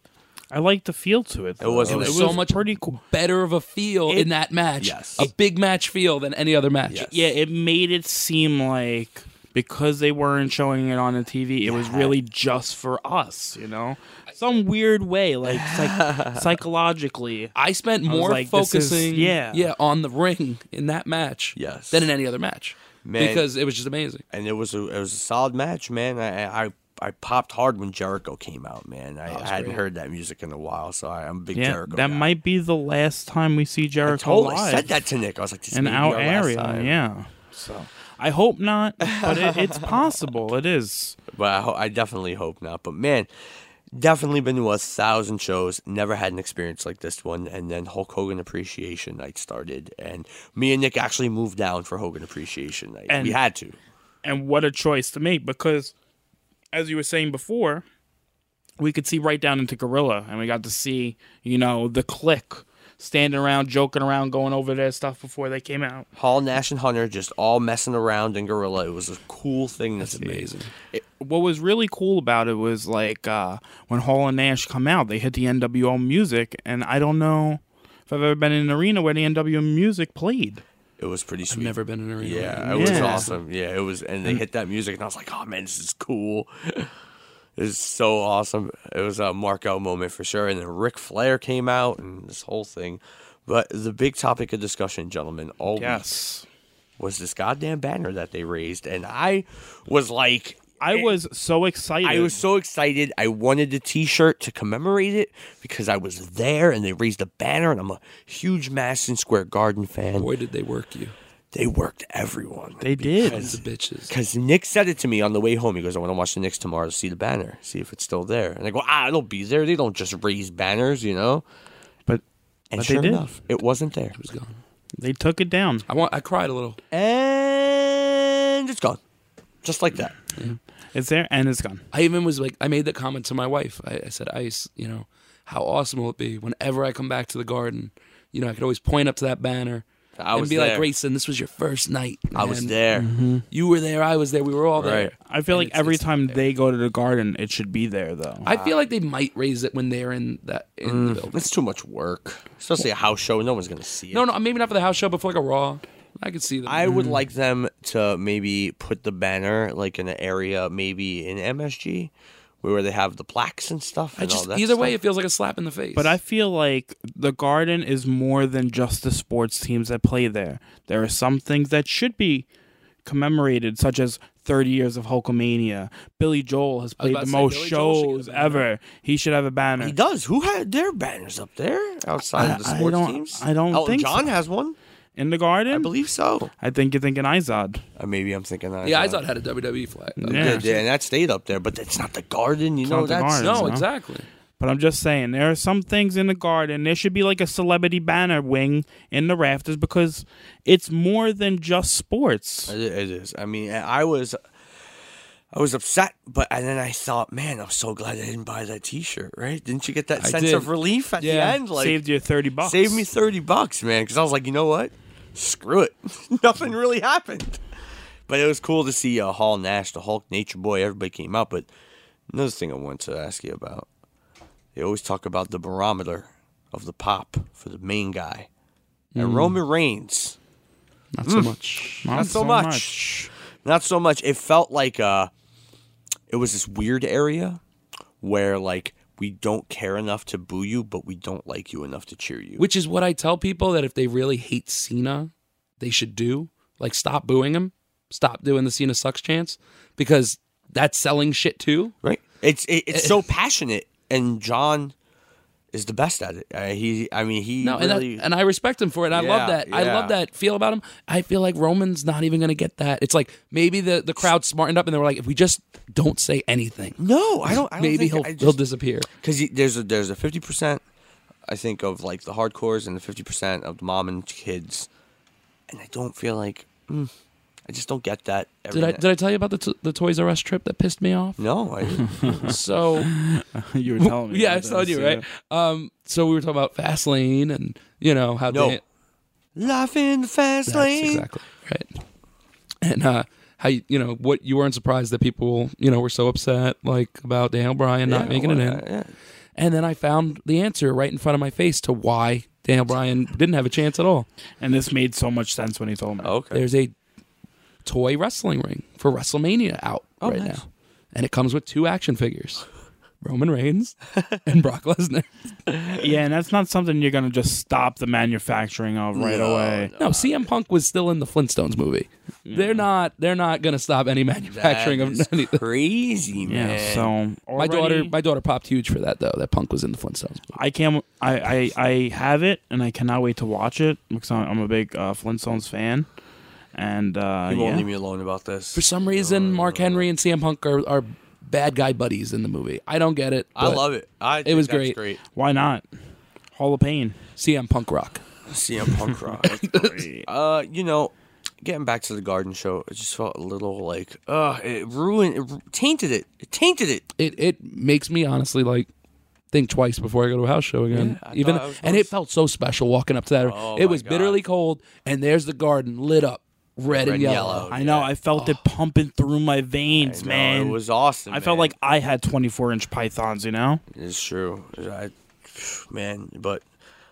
[SPEAKER 3] I like the feel to it. though.
[SPEAKER 2] was- it
[SPEAKER 1] It was,
[SPEAKER 2] was
[SPEAKER 1] so much
[SPEAKER 3] pretty cool.
[SPEAKER 1] better of a feel
[SPEAKER 3] It-
[SPEAKER 1] in that match.
[SPEAKER 2] Yes.
[SPEAKER 1] A big match feel than any other match.
[SPEAKER 2] Yes.
[SPEAKER 3] Yeah, it made it seem like because they weren't showing it on the TV, it was really just for us, you know? Some weird way, like
[SPEAKER 2] <laughs>
[SPEAKER 3] psych- psychologically.
[SPEAKER 1] I spent
[SPEAKER 3] was
[SPEAKER 1] more
[SPEAKER 3] like, this is-
[SPEAKER 1] focusing
[SPEAKER 3] yeah.
[SPEAKER 1] yeah, on the ring in that match
[SPEAKER 2] Yes.
[SPEAKER 1] than in any other match.
[SPEAKER 2] Man.
[SPEAKER 1] Because it was just amazing.
[SPEAKER 2] and it was a it was a solid match, man. I I, I popped hard when Jericho came out, man. I, I hadn't heard that music in a while, so I, I'm a big
[SPEAKER 3] Yeah,
[SPEAKER 2] Jericho.
[SPEAKER 3] that
[SPEAKER 2] guy.
[SPEAKER 3] might be the last time we see
[SPEAKER 2] I
[SPEAKER 3] Jericho
[SPEAKER 2] totally
[SPEAKER 3] live
[SPEAKER 2] said that to Nick. I was like, this
[SPEAKER 3] in
[SPEAKER 2] may be
[SPEAKER 3] our,
[SPEAKER 2] last
[SPEAKER 3] area.
[SPEAKER 2] time.
[SPEAKER 3] Yeah, so I hope not, but
[SPEAKER 2] <laughs>
[SPEAKER 3] it, it's possible. It is.
[SPEAKER 2] but I, ho- I definitely hope not. But man, definitely been to a thousand shows. Never had an experience like this one. And then Hulk Hogan Appreciation Night started, and me and Nick actually moved down for Hogan Appreciation Night.
[SPEAKER 3] And-
[SPEAKER 2] we had to.
[SPEAKER 3] and what a choice to make because as you were saying before we could see right down into gorilla and we got to see you know the click standing around joking around going over their stuff before they came out
[SPEAKER 2] Hall, Nash, and Hunter just all messing around in Gorilla. It was a cool thing. That's amazing.
[SPEAKER 3] what was really cool about it was like uh, when hall and nash come out they hit the nwo music and i don't know if i've ever been in an arena where the nwo music played
[SPEAKER 2] It was pretty sweet.
[SPEAKER 1] Never been in an arena.
[SPEAKER 2] Yeah, it was
[SPEAKER 3] Yeah.
[SPEAKER 2] awesome. Yeah, it was, and they hit that music, and I was like, "Oh man, this is cool. <laughs> this is so awesome." It was a markout moment for sure. And then Ric Flair came out, and this whole thing. But the big topic of discussion, gentlemen, all week
[SPEAKER 3] yes
[SPEAKER 2] was this goddamn banner that they raised, and I was like,
[SPEAKER 3] i was so excited
[SPEAKER 2] I was so excited. I wanted the T-shirt to commemorate it because I was there, and they raised a banner, and I'm a huge Madison Square Garden fan.
[SPEAKER 1] Boy, did they work you.
[SPEAKER 2] They worked everyone.
[SPEAKER 3] they did
[SPEAKER 1] Sons of bitches.
[SPEAKER 2] Because Nick said it to me on the way home. He goes, I want to watch the Knicks tomorrow to see the banner, see if it's still there. And I go, ah, it'll be there. They don't just raise banners, you know?
[SPEAKER 3] but
[SPEAKER 2] And
[SPEAKER 3] But they
[SPEAKER 2] sure
[SPEAKER 3] did.
[SPEAKER 2] enough, it wasn't there.
[SPEAKER 1] It's gone.
[SPEAKER 3] they took it down
[SPEAKER 1] I want I cried a little.
[SPEAKER 2] And it's gone. Just like that.
[SPEAKER 3] it's there and it's gone
[SPEAKER 1] I even was like, I made that comment to my wife. I, I said, Ice, you know, how awesome will it be whenever I come back to the garden? You know, I could always point up to that banner
[SPEAKER 2] I
[SPEAKER 1] and
[SPEAKER 2] was
[SPEAKER 1] be like, Mm-hmm.
[SPEAKER 2] there.
[SPEAKER 1] Grayson, this was your first night.
[SPEAKER 2] I was
[SPEAKER 1] man.
[SPEAKER 2] there.
[SPEAKER 1] You were there. I was there. We were all there.
[SPEAKER 2] Right.
[SPEAKER 3] I feel
[SPEAKER 1] And
[SPEAKER 3] like
[SPEAKER 1] it's-
[SPEAKER 3] every
[SPEAKER 1] it's
[SPEAKER 3] time they go to the garden, it should be there though.
[SPEAKER 1] I
[SPEAKER 2] Ah.
[SPEAKER 1] feel like they might raise it when they're in that in
[SPEAKER 2] Mm.
[SPEAKER 1] the building.
[SPEAKER 2] It's too much work. Especially a house show. No one's going to see it.
[SPEAKER 1] No, no, maybe not for the house show, but for like a raw. I could see them.
[SPEAKER 2] I would like them to maybe put the banner like in an area, maybe in MSG, where they have the plaques and stuff.
[SPEAKER 1] I
[SPEAKER 2] and all
[SPEAKER 1] just
[SPEAKER 2] that
[SPEAKER 1] either way, it
[SPEAKER 2] stuff.
[SPEAKER 1] feels like a slap in the face.
[SPEAKER 3] but I feel like the garden is more than just the sports teams that play there. There are some things that should be commemorated, such as 30 years of Hulkamania. Billy Joel has played
[SPEAKER 1] about
[SPEAKER 3] the
[SPEAKER 1] to say,
[SPEAKER 3] most
[SPEAKER 1] Billy Joel should get a
[SPEAKER 3] shows
[SPEAKER 1] banner.
[SPEAKER 3] ever. He should have a banner.
[SPEAKER 2] He does. Who had their banners up there outside of the
[SPEAKER 3] I- I
[SPEAKER 2] sports
[SPEAKER 3] don't-
[SPEAKER 2] teams?
[SPEAKER 3] I don't
[SPEAKER 2] Elton
[SPEAKER 3] think so.
[SPEAKER 2] John has one.
[SPEAKER 3] In the
[SPEAKER 2] I
[SPEAKER 3] garden? I,
[SPEAKER 2] believe so.
[SPEAKER 3] think you're thinking Izod.
[SPEAKER 2] Uh, maybe I'm thinking that.
[SPEAKER 1] yeah, I thought it had a WWE flag. though.
[SPEAKER 3] Yeah.
[SPEAKER 2] Yeah, yeah, and that stayed up there, but it's not the garden. You
[SPEAKER 3] It's
[SPEAKER 2] know,
[SPEAKER 3] not the
[SPEAKER 2] that's
[SPEAKER 3] garden.
[SPEAKER 1] No,
[SPEAKER 3] No.
[SPEAKER 1] exactly.
[SPEAKER 3] But I'm just saying, there are some things in the garden. There should be like a celebrity banner wing in the rafters because it's more than just sports.
[SPEAKER 2] It it is. I mean, I was, I was upset, but and then I thought, man, I'm so glad I didn't buy that T-shirt. Right? Didn't you get that
[SPEAKER 1] I
[SPEAKER 2] sense
[SPEAKER 1] did.
[SPEAKER 2] of relief at
[SPEAKER 1] Yeah.
[SPEAKER 2] the end? Like,
[SPEAKER 3] saved you 30 bucks.
[SPEAKER 2] saved me thirty bucks, man, because I was like, you know what? Screw it. <laughs> Nothing really happened. But it was cool to see uh, Hall Nash, the Hulk, Nature Boy, everybody came out. But another thing I wanted to ask you about, they always talk about the barometer of the pop for the main guy. And Roman Reigns,
[SPEAKER 1] Not so much.
[SPEAKER 2] Mm. not so, much. Not so much. It felt like uh it was this weird area where like we don't care enough to boo you, but we don't like you enough to cheer you.
[SPEAKER 1] Which is what I tell people that if they really hate Cena, they should do. Like, stop booing him. Stop doing the Cena sucks chance because that's selling shit too.
[SPEAKER 2] Right. It's it, it's
[SPEAKER 1] <laughs>
[SPEAKER 2] so passionate, and John is the best at it. Uh, he, I mean, he
[SPEAKER 1] No, and, that-
[SPEAKER 2] really.
[SPEAKER 1] and I respect him for it. I love
[SPEAKER 2] Yeah,
[SPEAKER 1] that. I
[SPEAKER 2] yeah.
[SPEAKER 1] love that feel about him. I feel like Roman's not even going to get that. It's like maybe the, the crowd smartened up and they were like, if we just don't say anything,
[SPEAKER 2] no, I don't. I don't
[SPEAKER 1] maybe
[SPEAKER 2] think,
[SPEAKER 1] he'll,
[SPEAKER 2] I
[SPEAKER 1] he'll
[SPEAKER 2] just,
[SPEAKER 1] disappear.
[SPEAKER 2] because there's a there's a fifty percent, I think of like the hardcores and the fifty percent of the mom and kids, and I don't feel like mm, I just don't get that. Every
[SPEAKER 1] Did I,
[SPEAKER 2] night.
[SPEAKER 1] did I tell you about the, t- the Toys R Us trip that pissed me
[SPEAKER 3] <laughs>
[SPEAKER 1] off?
[SPEAKER 2] no, I didn't.
[SPEAKER 1] So <laughs>
[SPEAKER 3] you were telling me.
[SPEAKER 1] yeah, I
[SPEAKER 3] about
[SPEAKER 1] told
[SPEAKER 3] this,
[SPEAKER 1] you
[SPEAKER 3] yeah.
[SPEAKER 1] right. Um, so we were talking about Fastlane and you know how <laughs>
[SPEAKER 2] No.
[SPEAKER 3] <laughs>
[SPEAKER 1] Dan-
[SPEAKER 2] life in the fast
[SPEAKER 1] that's
[SPEAKER 2] lane.
[SPEAKER 1] exactly right, and uh, how you, you know what you weren't surprised that people you know were so upset like about Daniel Bryan not making it in,
[SPEAKER 2] Oh, Yeah.
[SPEAKER 1] and then I found the answer right in front of my face to why Daniel Bryan didn't have a chance at all.
[SPEAKER 3] And this made so much sense when he told me.
[SPEAKER 2] Okay.
[SPEAKER 1] There's a toy wrestling ring for WrestleMania out right
[SPEAKER 2] Oh, nice.
[SPEAKER 1] now, and it comes with two action figures. Roman Reigns <laughs> and Brock Lesnar.
[SPEAKER 3] Yeah, and that's not something you're gonna just stop the manufacturing of right away.
[SPEAKER 1] No, CM Punk was still in the Flintstones movie. They're not. They're not going to stop any manufacturing <laughs>
[SPEAKER 2] That
[SPEAKER 1] of
[SPEAKER 2] is
[SPEAKER 1] anything.
[SPEAKER 2] crazy man.
[SPEAKER 3] Yeah, so
[SPEAKER 1] My daughter,
[SPEAKER 3] already-
[SPEAKER 1] my daughter popped huge for that though. That Punk was in the Flintstones. Movie.
[SPEAKER 3] I can't. I, I I have it, and I cannot wait to watch it because I'm, I'm a big uh, Flintstones fan. And uh,
[SPEAKER 2] you won't
[SPEAKER 3] yeah.
[SPEAKER 2] leave me alone about this.
[SPEAKER 1] For some reason, Mark Henry and CM Punk are, are bad guy buddies in the movie. I don't get it.
[SPEAKER 2] I
[SPEAKER 1] but
[SPEAKER 2] love it. I
[SPEAKER 1] It was
[SPEAKER 2] that's
[SPEAKER 1] great.
[SPEAKER 2] great.
[SPEAKER 3] why not? Hall
[SPEAKER 2] <laughs>
[SPEAKER 3] of Pain.
[SPEAKER 1] CM Punk rock.
[SPEAKER 2] CM
[SPEAKER 3] <laughs>
[SPEAKER 2] Punk rock. uh, you know, getting back to the Garden Show, it just felt a little like, uh, it ruined, it ru- tainted it, it tainted it.
[SPEAKER 1] It it makes me honestly like think twice before I go to a house show again.
[SPEAKER 2] Yeah, I
[SPEAKER 1] Even
[SPEAKER 2] thought I was
[SPEAKER 1] and
[SPEAKER 2] gonna
[SPEAKER 1] it felt so special walking up to that.
[SPEAKER 2] Oh,
[SPEAKER 1] it
[SPEAKER 2] my
[SPEAKER 1] was
[SPEAKER 2] God.
[SPEAKER 1] bitterly cold, and there's the garden lit up red,
[SPEAKER 2] Red and
[SPEAKER 1] and yellow.
[SPEAKER 2] yellow.
[SPEAKER 3] I know. I felt it pumping through my veins,
[SPEAKER 2] No,
[SPEAKER 3] man.
[SPEAKER 2] Oh. it was awesome.
[SPEAKER 3] I felt
[SPEAKER 2] man.
[SPEAKER 3] like I had 24 inch pythons. You know.
[SPEAKER 2] it's true, I, man. But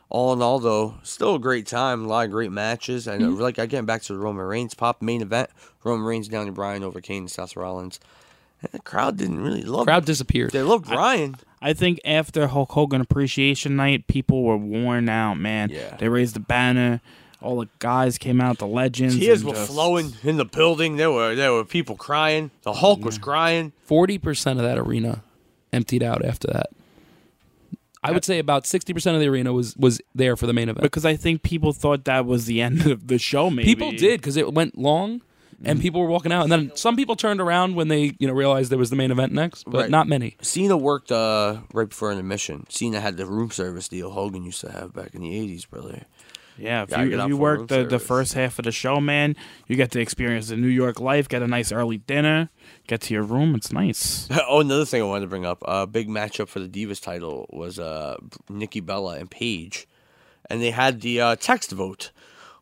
[SPEAKER 2] all in all, though, still a great time. A lot of great matches. I know,
[SPEAKER 3] Mm-hmm.
[SPEAKER 2] like, I getting back to the Roman Reigns pop main event. Roman Reigns down to Bryan over Kane and Seth Rollins. And the crowd didn't really love.
[SPEAKER 1] Crowd disappeared.
[SPEAKER 2] They loved Bryan.
[SPEAKER 3] I think after Hulk Hogan Appreciation Night, people were worn out, man.
[SPEAKER 2] Yeah.
[SPEAKER 3] They raised the banner. All the guys came out, the legends.
[SPEAKER 2] Tears
[SPEAKER 3] and
[SPEAKER 2] were
[SPEAKER 3] just-
[SPEAKER 2] flowing in the building. There were there were people crying. The Hulk was crying.
[SPEAKER 1] forty percent of that arena emptied out after that. I would say about sixty percent of the arena was was there for the main event.
[SPEAKER 3] Because I think people thought that was the end of the show, maybe.
[SPEAKER 1] people did because it went long, and
[SPEAKER 2] Mm.
[SPEAKER 1] people were walking out, and then some people turned around when they you know realized there was the main event next, but
[SPEAKER 2] Right.
[SPEAKER 1] not many.
[SPEAKER 2] Cena worked uh, right before intermission. Cena had the room service deal Hogan used to have back in the eighties, brother. <laughs>
[SPEAKER 3] Yeah, if
[SPEAKER 2] Gotta get
[SPEAKER 3] you, if
[SPEAKER 2] out
[SPEAKER 3] you
[SPEAKER 2] for room
[SPEAKER 3] work the, the
[SPEAKER 2] service.
[SPEAKER 3] first half of the show, man, you get to experience the New York life, get a nice early dinner, get to your room. It's nice.
[SPEAKER 2] oh, another thing I wanted to bring up: a uh, big matchup for the Divas title was uh, Nikki Bella and Paige, and they had the uh, text vote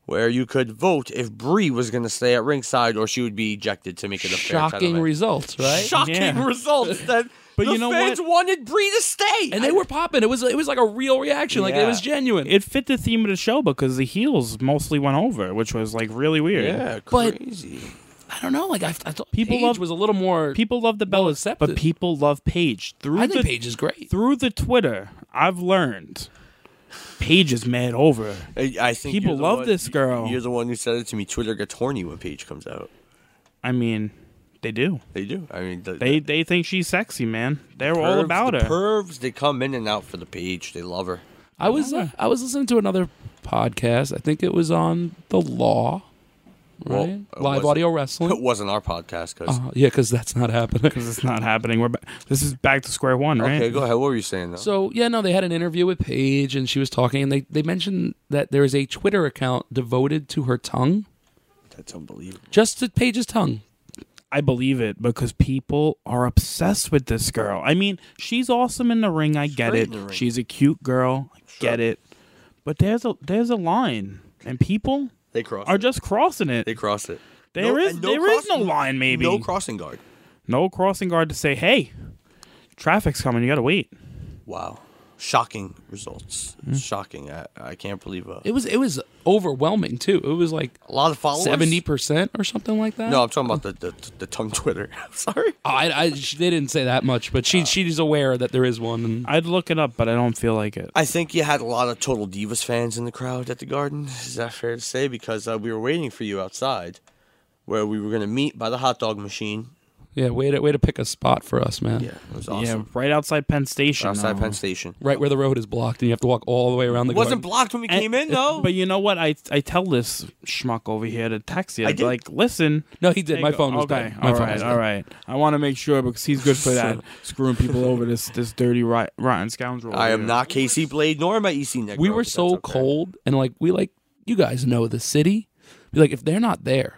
[SPEAKER 2] where you could vote if Brie was going to stay at ringside or she would be ejected to make it a fair title
[SPEAKER 1] Shocking
[SPEAKER 2] match.
[SPEAKER 1] results, right?
[SPEAKER 2] Shocking
[SPEAKER 3] Yeah. <laughs>
[SPEAKER 2] results that
[SPEAKER 3] But
[SPEAKER 2] the
[SPEAKER 3] you know
[SPEAKER 2] fans
[SPEAKER 3] what?
[SPEAKER 2] wanted Brie to stay,
[SPEAKER 1] and they were popping. It was it was like a real reaction, like
[SPEAKER 2] Yeah.
[SPEAKER 1] it was genuine.
[SPEAKER 3] It fit the theme of the show because the heels mostly went over, which was like really weird.
[SPEAKER 2] yeah,
[SPEAKER 1] But-
[SPEAKER 2] crazy.
[SPEAKER 1] I don't know, like I, I thought
[SPEAKER 3] People
[SPEAKER 1] Paige
[SPEAKER 3] love-
[SPEAKER 1] was a little more.
[SPEAKER 3] People love the
[SPEAKER 1] Well
[SPEAKER 3] Bellas,
[SPEAKER 1] accepted.
[SPEAKER 3] but people love Paige. Through
[SPEAKER 1] I think
[SPEAKER 3] the
[SPEAKER 1] Paige is great.
[SPEAKER 3] through the Twitter, I've learned Paige is mad over.
[SPEAKER 2] I, I think
[SPEAKER 3] People
[SPEAKER 2] you're the
[SPEAKER 3] love
[SPEAKER 2] one-
[SPEAKER 3] this girl.
[SPEAKER 2] You're the one who said it to me. Twitter gets horny when Paige comes out.
[SPEAKER 3] I mean, they do.
[SPEAKER 2] They do. I mean, the,
[SPEAKER 3] They
[SPEAKER 2] the
[SPEAKER 3] they think she's sexy, man. They're all
[SPEAKER 2] pervs-
[SPEAKER 3] about
[SPEAKER 2] the
[SPEAKER 3] her.
[SPEAKER 2] Pervs, they come in and out for the Paige. They love her.
[SPEAKER 1] I was uh, I was listening to another podcast. I think it was on the law,
[SPEAKER 2] Well,
[SPEAKER 1] right?
[SPEAKER 2] it
[SPEAKER 1] Live
[SPEAKER 2] wasn't-
[SPEAKER 1] audio
[SPEAKER 2] It <laughs>
[SPEAKER 1] wrestling.
[SPEAKER 2] wasn't our podcast, cause
[SPEAKER 3] Oh,
[SPEAKER 1] Uh, yeah, because that's not happening.
[SPEAKER 3] it's not happening. We're ba- this is back to square one, right?
[SPEAKER 2] okay, go ahead. What were you saying though?
[SPEAKER 1] So yeah, no, they had an interview with Paige, and she was talking, and they they mentioned that there is a Twitter account devoted to her tongue,
[SPEAKER 2] That's unbelievable.
[SPEAKER 1] just to Paige's tongue.
[SPEAKER 3] I believe it because people are obsessed with this girl. I mean, she's awesome in the ring. I get
[SPEAKER 2] great
[SPEAKER 3] it.
[SPEAKER 2] in the ring.
[SPEAKER 3] She's a cute girl. I get it. But there's a there's a line, and people
[SPEAKER 2] They crossed.
[SPEAKER 3] are
[SPEAKER 2] it.
[SPEAKER 3] just crossing it.
[SPEAKER 2] they crossed it.
[SPEAKER 3] There is-
[SPEAKER 2] and
[SPEAKER 3] there is no line, maybe.
[SPEAKER 2] no crossing guard.
[SPEAKER 3] No crossing guard to say, "Hey, traffic's coming. You gotta wait."
[SPEAKER 2] Wow. Shocking results.
[SPEAKER 3] Mm.
[SPEAKER 2] Shocking. I, I can't believe uh,
[SPEAKER 1] It was it was overwhelming too. It was like
[SPEAKER 2] a lot of followers.
[SPEAKER 1] seventy percent or something like that.
[SPEAKER 2] No, I'm talking about the the, the tongue <laughs> twitter. I'm sorry.
[SPEAKER 1] Oh, I, I she, they didn't say that much, but she she's aware that there is one. And
[SPEAKER 3] I'd look it up, but I don't feel like it.
[SPEAKER 2] I think you had a lot of Total Divas fans in the crowd at the Garden. Is that fair to say? Because uh, we were waiting for you outside, where we were going to meet by the hot dog machine.
[SPEAKER 1] yeah, way to way to pick a spot for us, man.
[SPEAKER 2] Yeah, it was awesome.
[SPEAKER 3] Yeah, right outside Penn Station.
[SPEAKER 2] Outside
[SPEAKER 3] though.
[SPEAKER 2] Penn Station.
[SPEAKER 1] Right where the road is blocked, and you have to walk all the way around the.
[SPEAKER 2] It wasn't
[SPEAKER 1] garden.
[SPEAKER 2] blocked when we
[SPEAKER 3] And-
[SPEAKER 2] came in, though.
[SPEAKER 3] But you know what? I I tell this schmuck over here to taxi. I'd be
[SPEAKER 2] did.
[SPEAKER 3] like, listen.
[SPEAKER 1] No, he did.
[SPEAKER 3] Hey,
[SPEAKER 1] My
[SPEAKER 3] go-
[SPEAKER 1] phone was
[SPEAKER 3] okay.
[SPEAKER 1] dead. My
[SPEAKER 3] All
[SPEAKER 1] phone
[SPEAKER 3] right,
[SPEAKER 1] was
[SPEAKER 3] all right. I want to make sure because he's good for
[SPEAKER 2] <laughs>
[SPEAKER 3] that, screwing people over. This this dirty rot, rotten scoundrel.
[SPEAKER 2] I
[SPEAKER 3] over
[SPEAKER 2] am
[SPEAKER 3] here.
[SPEAKER 2] not KC Blade nor am I EC Negro.
[SPEAKER 1] we
[SPEAKER 2] but
[SPEAKER 1] were
[SPEAKER 2] that's
[SPEAKER 1] so
[SPEAKER 2] okay.
[SPEAKER 1] cold and like we like you guys know the city Be like if they're not there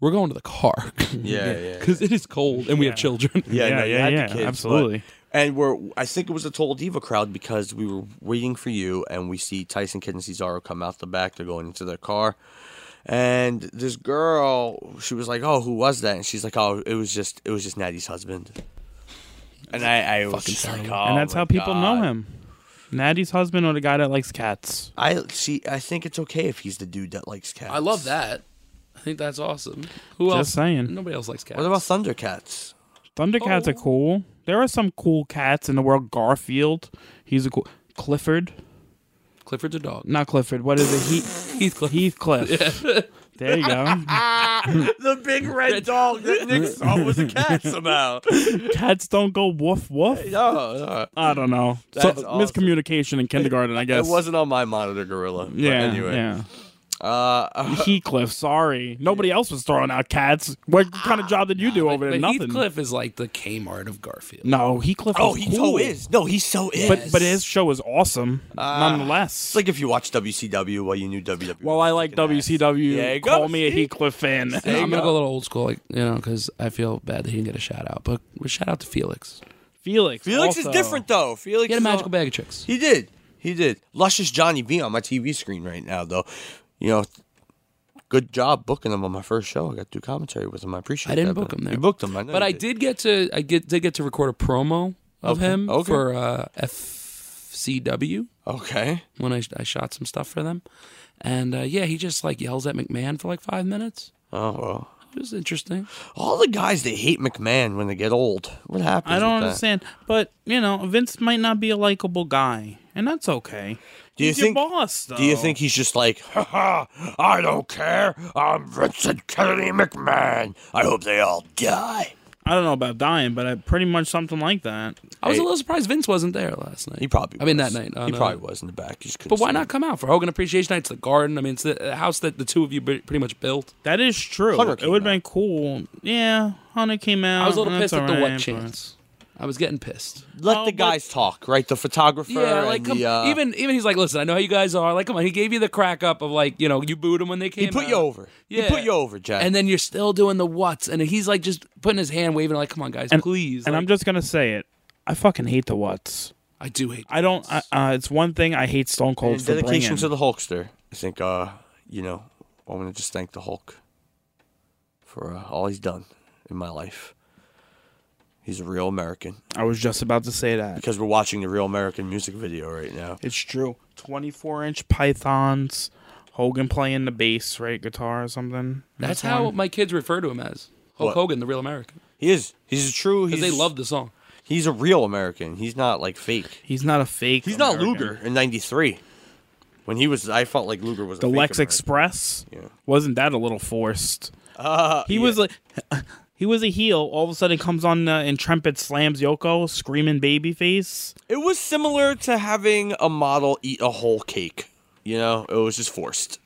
[SPEAKER 1] we're going to the car
[SPEAKER 2] Yeah,
[SPEAKER 1] <laughs>
[SPEAKER 2] <laughs> yeah.
[SPEAKER 1] because it is cold and we have children
[SPEAKER 2] Yeah,
[SPEAKER 3] Yeah,
[SPEAKER 2] no, you
[SPEAKER 3] yeah,
[SPEAKER 2] had the
[SPEAKER 3] yeah,
[SPEAKER 2] kids, but-
[SPEAKER 3] absolutely.
[SPEAKER 2] and we're I think it was a total diva crowd because we were waiting for you, and we see Tyson Kidd and Cesaro come out the back. They're going into their car, and this girl, she was like, "Oh, who was that?" And she's like, "Oh, it was just it was just Natty's husband." And I, I was
[SPEAKER 1] Fucking
[SPEAKER 2] just like,
[SPEAKER 1] terrible.
[SPEAKER 2] "Oh
[SPEAKER 3] And that's
[SPEAKER 2] my
[SPEAKER 3] how people know
[SPEAKER 2] God."
[SPEAKER 3] him. Natty's husband or the guy that likes cats.
[SPEAKER 2] I see. I think it's okay if he's the dude that likes cats.
[SPEAKER 1] i love that i think that's awesome who
[SPEAKER 3] Just
[SPEAKER 1] else
[SPEAKER 3] saying.
[SPEAKER 1] nobody else likes cats
[SPEAKER 2] What about Thundercats?
[SPEAKER 3] Thundercats are
[SPEAKER 2] Oh.
[SPEAKER 3] cool. There are some cool cats in the world. Garfield, he's a cool. Clifford,
[SPEAKER 1] clifford's a dog
[SPEAKER 3] not Clifford. What is it? He-
[SPEAKER 1] heathcliff
[SPEAKER 3] Heathcliff. There
[SPEAKER 2] <laughs>
[SPEAKER 3] you go.
[SPEAKER 2] The big red dog that Nick saw was a cat <laughs> somehow.
[SPEAKER 3] Cats don't go woof woof.
[SPEAKER 2] No, no,
[SPEAKER 3] I don't know.
[SPEAKER 2] That's
[SPEAKER 3] so,
[SPEAKER 2] awesome.
[SPEAKER 3] Miscommunication in kindergarten, I
[SPEAKER 2] it
[SPEAKER 3] guess.
[SPEAKER 2] wasn't on my monitor, Gorilla. But
[SPEAKER 3] Yeah.
[SPEAKER 2] anyway,
[SPEAKER 3] Yeah.
[SPEAKER 2] Uh,
[SPEAKER 3] Heathcliff, sorry. Nobody else was throwing out cats. What kind of job did you do over there?
[SPEAKER 1] But
[SPEAKER 3] Nothing.
[SPEAKER 1] heathcliff is like the kmart of garfield
[SPEAKER 3] No, Heathcliff.
[SPEAKER 2] Oh,
[SPEAKER 3] was
[SPEAKER 2] he so
[SPEAKER 3] cool.
[SPEAKER 2] is. Ah, No, he so is.
[SPEAKER 3] But but his show is awesome, nonetheless.
[SPEAKER 2] it's like if you watch WCW while you knew E. WWE.
[SPEAKER 3] well, I like WCW.
[SPEAKER 2] There you
[SPEAKER 3] Call
[SPEAKER 2] go,
[SPEAKER 3] me a
[SPEAKER 2] see?
[SPEAKER 3] Heathcliff fan.
[SPEAKER 1] No, i'm gonna go a little old school like you know because i feel bad that he didn't get a shout out but shout out to felix
[SPEAKER 3] Felix.
[SPEAKER 2] Felix
[SPEAKER 3] also.
[SPEAKER 2] is different though. Felix
[SPEAKER 1] he had a
[SPEAKER 2] is
[SPEAKER 1] magical
[SPEAKER 2] all-
[SPEAKER 1] bag of tricks
[SPEAKER 2] He did. He did. Luscious Johnny V on my TV screen right now though. You know, good job booking him on my first show. I got to do commentary with him. I appreciate.
[SPEAKER 1] I didn't
[SPEAKER 2] that,
[SPEAKER 1] book
[SPEAKER 2] but
[SPEAKER 1] him there.
[SPEAKER 2] You booked him, I know
[SPEAKER 1] but
[SPEAKER 2] you
[SPEAKER 1] I did get to I get did get to record a promo of him
[SPEAKER 2] okay.
[SPEAKER 1] for uh, FCW
[SPEAKER 2] Okay.
[SPEAKER 1] when I, I shot some stuff for them, and uh, yeah, he just like yells at McMahon for like five minutes.
[SPEAKER 2] Oh well.
[SPEAKER 1] It was interesting.
[SPEAKER 2] All the guys they hate McMahon when they get old. What happens?
[SPEAKER 3] I don't
[SPEAKER 2] with that?
[SPEAKER 3] understand. But, you know, Vince might not be a likable guy, and that's okay.
[SPEAKER 2] Do you
[SPEAKER 3] He's
[SPEAKER 2] think?
[SPEAKER 3] your boss, though.
[SPEAKER 2] Do you think he's just like, ha ha, I don't care. I'm Vincent Kennedy McMahon. I hope they all die.
[SPEAKER 3] I don't know about dying, but I, pretty much something like that.
[SPEAKER 1] I was a little surprised Vince wasn't there last night.
[SPEAKER 2] He probably.
[SPEAKER 1] I mean
[SPEAKER 2] was.
[SPEAKER 1] that night. on,
[SPEAKER 2] he
[SPEAKER 1] uh,
[SPEAKER 2] probably was in the back. You just couldn't
[SPEAKER 1] But why
[SPEAKER 2] see
[SPEAKER 1] not
[SPEAKER 2] him.
[SPEAKER 1] come out for Hogan Appreciation Night? It's the Garden. I mean, it's the the house that the two of you b- pretty much built.
[SPEAKER 3] That is true.
[SPEAKER 2] Hunter
[SPEAKER 3] It
[SPEAKER 2] came
[SPEAKER 3] would have
[SPEAKER 2] out.
[SPEAKER 3] been cool. Yeah, Hunter came out.
[SPEAKER 1] I was a little
[SPEAKER 3] That's
[SPEAKER 1] pissed at the
[SPEAKER 3] Uh-huh, all
[SPEAKER 1] what
[SPEAKER 3] right, but-
[SPEAKER 1] chance. I was getting pissed.
[SPEAKER 2] Let
[SPEAKER 3] Oh,
[SPEAKER 2] the
[SPEAKER 3] but-
[SPEAKER 2] guys talk, right? The photographer.
[SPEAKER 1] Yeah, like
[SPEAKER 2] and
[SPEAKER 1] come,
[SPEAKER 2] the, uh,
[SPEAKER 1] even even he's like, listen, I know how you guys are. Like, come on, he gave you the crack up of like, you know, you booed him when they came.
[SPEAKER 2] he put
[SPEAKER 1] out.
[SPEAKER 2] you over. He put you over, Jack.
[SPEAKER 1] And then you're still doing the what's, and he's like just putting his hand waving, like, "Come on, guys, please."
[SPEAKER 3] And
[SPEAKER 1] Like,
[SPEAKER 3] I'm just gonna say it. I fucking hate the what's.
[SPEAKER 1] I do hate.
[SPEAKER 3] I don't. I, uh, it's one thing I hate Stone Cold
[SPEAKER 2] And
[SPEAKER 3] for
[SPEAKER 2] dedication
[SPEAKER 3] bringing.
[SPEAKER 2] to the Hulkster. I think, uh, you know, I want to just thank the Hulk for uh, all he's done in my life. He's a real American
[SPEAKER 3] I was just about to say that.
[SPEAKER 2] because we're watching the real American music video right now.
[SPEAKER 3] It's true. 24 inch pythons. Hogan playing the bass, right? Guitar or something.
[SPEAKER 1] That's how my kids refer to him as Hulk
[SPEAKER 2] What?
[SPEAKER 1] Hogan, the real American,
[SPEAKER 2] He is. He's a true. He's
[SPEAKER 1] because they love the song.
[SPEAKER 2] He's a real American. He's not like fake.
[SPEAKER 3] He's not a fake.
[SPEAKER 2] He's not
[SPEAKER 3] American.
[SPEAKER 2] Luger in '93. When he was, I felt like Luger was a
[SPEAKER 3] The
[SPEAKER 2] fake
[SPEAKER 3] Lex
[SPEAKER 2] American.
[SPEAKER 3] Express.
[SPEAKER 2] Yeah.
[SPEAKER 3] Wasn't that a little forced? Uh, he was like. <laughs> He was a heel. All of a sudden, comes on uh, and trumpet slams Yoko, screaming babyface.
[SPEAKER 2] It was similar to having a model eat a whole cake. You know, it was just forced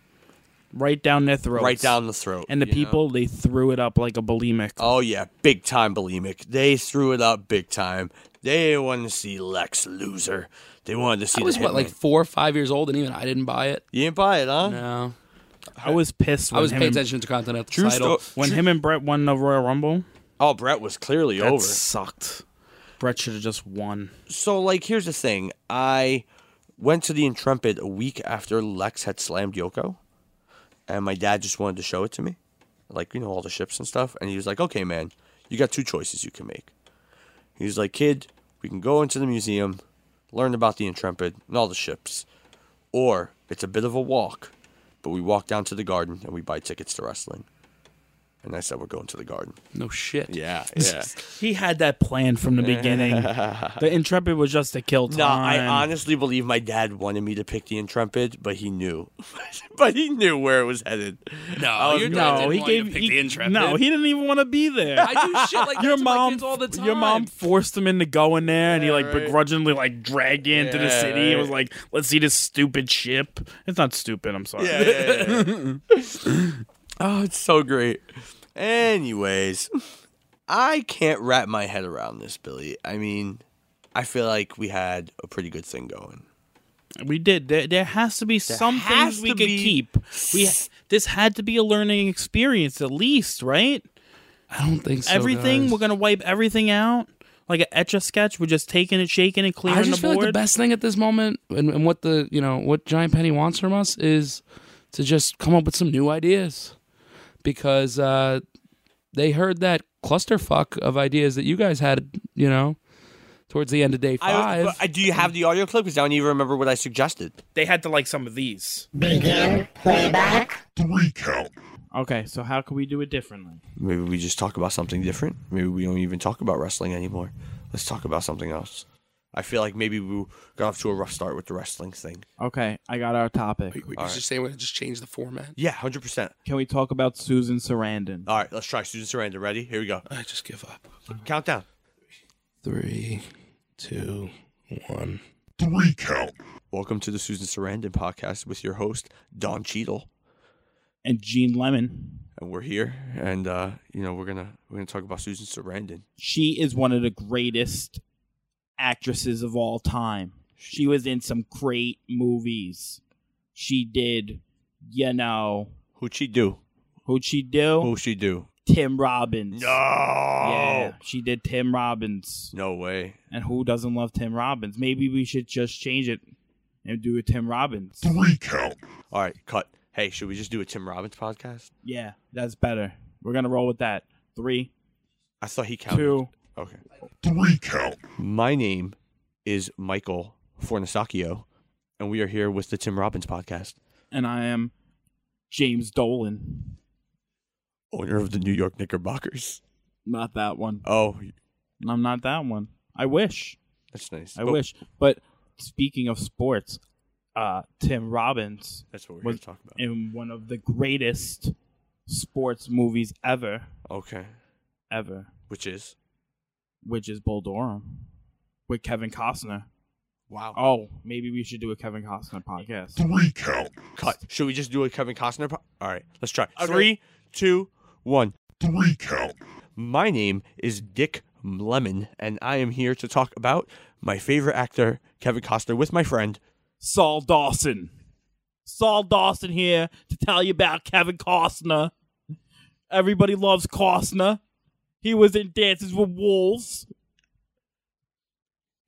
[SPEAKER 3] right down their throats.
[SPEAKER 2] right down the throat.
[SPEAKER 3] And the
[SPEAKER 2] you know?
[SPEAKER 3] people, they threw it up like a bulimic.
[SPEAKER 2] Oh yeah, big time bulimic. They threw it up big time. They wanted to see Lex loser. They wanted to see.
[SPEAKER 1] I was
[SPEAKER 2] the
[SPEAKER 1] what, like
[SPEAKER 2] Hitman.
[SPEAKER 1] four or five years old, and even I didn't buy it.
[SPEAKER 2] you didn't buy it, huh?
[SPEAKER 1] No,
[SPEAKER 3] I was pissed. When
[SPEAKER 1] I was
[SPEAKER 3] him
[SPEAKER 1] paying
[SPEAKER 3] and-
[SPEAKER 1] attention to Continental
[SPEAKER 2] True
[SPEAKER 1] title.
[SPEAKER 2] sto-
[SPEAKER 3] when him and Brett won the Royal Rumble.
[SPEAKER 2] Oh, Brett was clearly
[SPEAKER 3] That
[SPEAKER 2] over.
[SPEAKER 3] sucked. Brett should have just won.
[SPEAKER 2] so like here's the thing i went to the intrepid a week after lex had slammed yoko and my dad just wanted to show it to me like you know all the ships and stuff and he was like okay man you got two choices you can make he was like kid we can go into the museum learned about the Intrepid and all the ships. Or it's a bit of a walk, but we walk down to the garden and we buy tickets to wrestling. And I said we're going to the garden.
[SPEAKER 1] No shit.
[SPEAKER 2] Yeah,
[SPEAKER 3] <laughs>
[SPEAKER 2] yeah.
[SPEAKER 10] He had that plan from
[SPEAKER 2] <laughs>
[SPEAKER 10] the beginning. the Intrepid was just to kill time.
[SPEAKER 2] no, I honestly believe my dad wanted me to pick the Intrepid, but he knew, <laughs> but he knew where it was headed.
[SPEAKER 1] No,
[SPEAKER 2] your dad
[SPEAKER 10] no, he gave
[SPEAKER 1] pick
[SPEAKER 10] he-
[SPEAKER 1] the intrepid.
[SPEAKER 10] No, he didn't even want to be there.
[SPEAKER 1] I do shit like that
[SPEAKER 10] your
[SPEAKER 1] to my
[SPEAKER 10] mom,
[SPEAKER 1] kids all the time.
[SPEAKER 10] your mom forced him into going there, and he
[SPEAKER 2] Yeah,
[SPEAKER 10] like
[SPEAKER 2] right.
[SPEAKER 10] begrudgingly like dragged you into the
[SPEAKER 2] Yeah,
[SPEAKER 10] city. and
[SPEAKER 2] right.
[SPEAKER 10] was like, "Let's see this stupid ship." It's not stupid. I'm sorry.
[SPEAKER 2] Yeah, yeah, yeah, yeah. <laughs> oh, it's so great. Anyways, I can't wrap my head around this, Billy. I mean, I feel like we had a pretty good thing going.
[SPEAKER 10] We did. There, there has to be some
[SPEAKER 2] has
[SPEAKER 10] things we
[SPEAKER 2] to
[SPEAKER 10] could
[SPEAKER 2] be
[SPEAKER 10] keep. We this had to be a learning experience, at least, right?
[SPEAKER 1] I don't think so.
[SPEAKER 10] everything.
[SPEAKER 1] guys.
[SPEAKER 10] We're gonna wipe everything out like an etch a sketch. We're just taking it, shaking it, clearing
[SPEAKER 1] I just
[SPEAKER 10] the
[SPEAKER 1] feel
[SPEAKER 10] board.
[SPEAKER 1] like the best thing at this moment, and, and what the you know what Giant Penny wants from us is to just come up with some new ideas, because uh, they heard that clusterfuck of ideas that you guys had, you know, towards the end of day
[SPEAKER 2] I,
[SPEAKER 1] five.
[SPEAKER 2] but I- do you have the audio clip? Because I don't even remember what I suggested.
[SPEAKER 10] They had to like some of these.
[SPEAKER 4] Begin playback.
[SPEAKER 5] Three count.
[SPEAKER 3] Okay, so how can we do it differently?
[SPEAKER 2] Maybe we just talk about something different. Maybe we don't even talk about wrestling anymore. Let's talk about something else. I feel like maybe we got off to a rough start with the wrestling thing.
[SPEAKER 3] Okay, I got our topic.
[SPEAKER 1] we just saying we just change the format.
[SPEAKER 2] Yeah, hundred percent.
[SPEAKER 3] Can we talk about Susan Sarandon?
[SPEAKER 2] All right, let's try Susan Sarandon. Ready? Here we go.
[SPEAKER 1] I just give up.
[SPEAKER 2] Countdown.
[SPEAKER 1] Three, two, one.
[SPEAKER 5] Three count.
[SPEAKER 2] Welcome to the Susan Sarandon podcast with your host Don Cheadle,
[SPEAKER 3] And Gene Lemon.
[SPEAKER 2] and we're here, and uh, you know we're gonna we're gonna talk about Susan Sarandon.
[SPEAKER 3] She is one of the greatest actresses of all time. She was in some great movies. She did, you know,
[SPEAKER 2] Who'd she do?
[SPEAKER 3] who'd she do?
[SPEAKER 2] Who'd she do?
[SPEAKER 3] Tim Robbins.
[SPEAKER 2] No.
[SPEAKER 3] Yeah, she did Tim Robbins.
[SPEAKER 2] No way.
[SPEAKER 3] And who doesn't love Tim Robbins? Maybe we should just change it and do a Tim Robbins.
[SPEAKER 5] Three count.
[SPEAKER 2] All right, cut. Hey, should we just do a Tim Robbins podcast?
[SPEAKER 3] Yeah, that's better. We're gonna roll with that. Three,
[SPEAKER 2] I thought he counted.
[SPEAKER 3] two.
[SPEAKER 2] Okay.
[SPEAKER 5] Three count.
[SPEAKER 2] My name is Michael Fornisacchio, and we are here with the Tim Robbins podcast,
[SPEAKER 3] and I am James Dolan.
[SPEAKER 2] owner of the New York Knickerbockers.
[SPEAKER 3] Not that one.
[SPEAKER 2] Oh,
[SPEAKER 3] I'm not that one. I wish.
[SPEAKER 2] that's nice.
[SPEAKER 3] I
[SPEAKER 2] But
[SPEAKER 3] wish. But speaking of sports, uh, Tim Robbins
[SPEAKER 2] That's what we're
[SPEAKER 3] Was-
[SPEAKER 2] here to talk about.
[SPEAKER 3] in one of the greatest sports movies ever,
[SPEAKER 2] Okay.
[SPEAKER 3] ever,
[SPEAKER 2] Which is?
[SPEAKER 3] which is Bull Durham with Kevin Costner.
[SPEAKER 2] Wow.
[SPEAKER 3] Oh, maybe we should do a Kevin Costner podcast.
[SPEAKER 5] Three count.
[SPEAKER 2] Cut. Should we just do a Kevin Costner? Po- All right, let's try. Three, two, one.
[SPEAKER 5] Three count.
[SPEAKER 2] My name is Dick Lemon, and I am here to talk about my favorite actor, Kevin Costner, with my friend.
[SPEAKER 3] Saul Dawson. Saul Dawson here to tell you about Kevin Costner. Everybody loves Costner. He was in Dances with Wolves.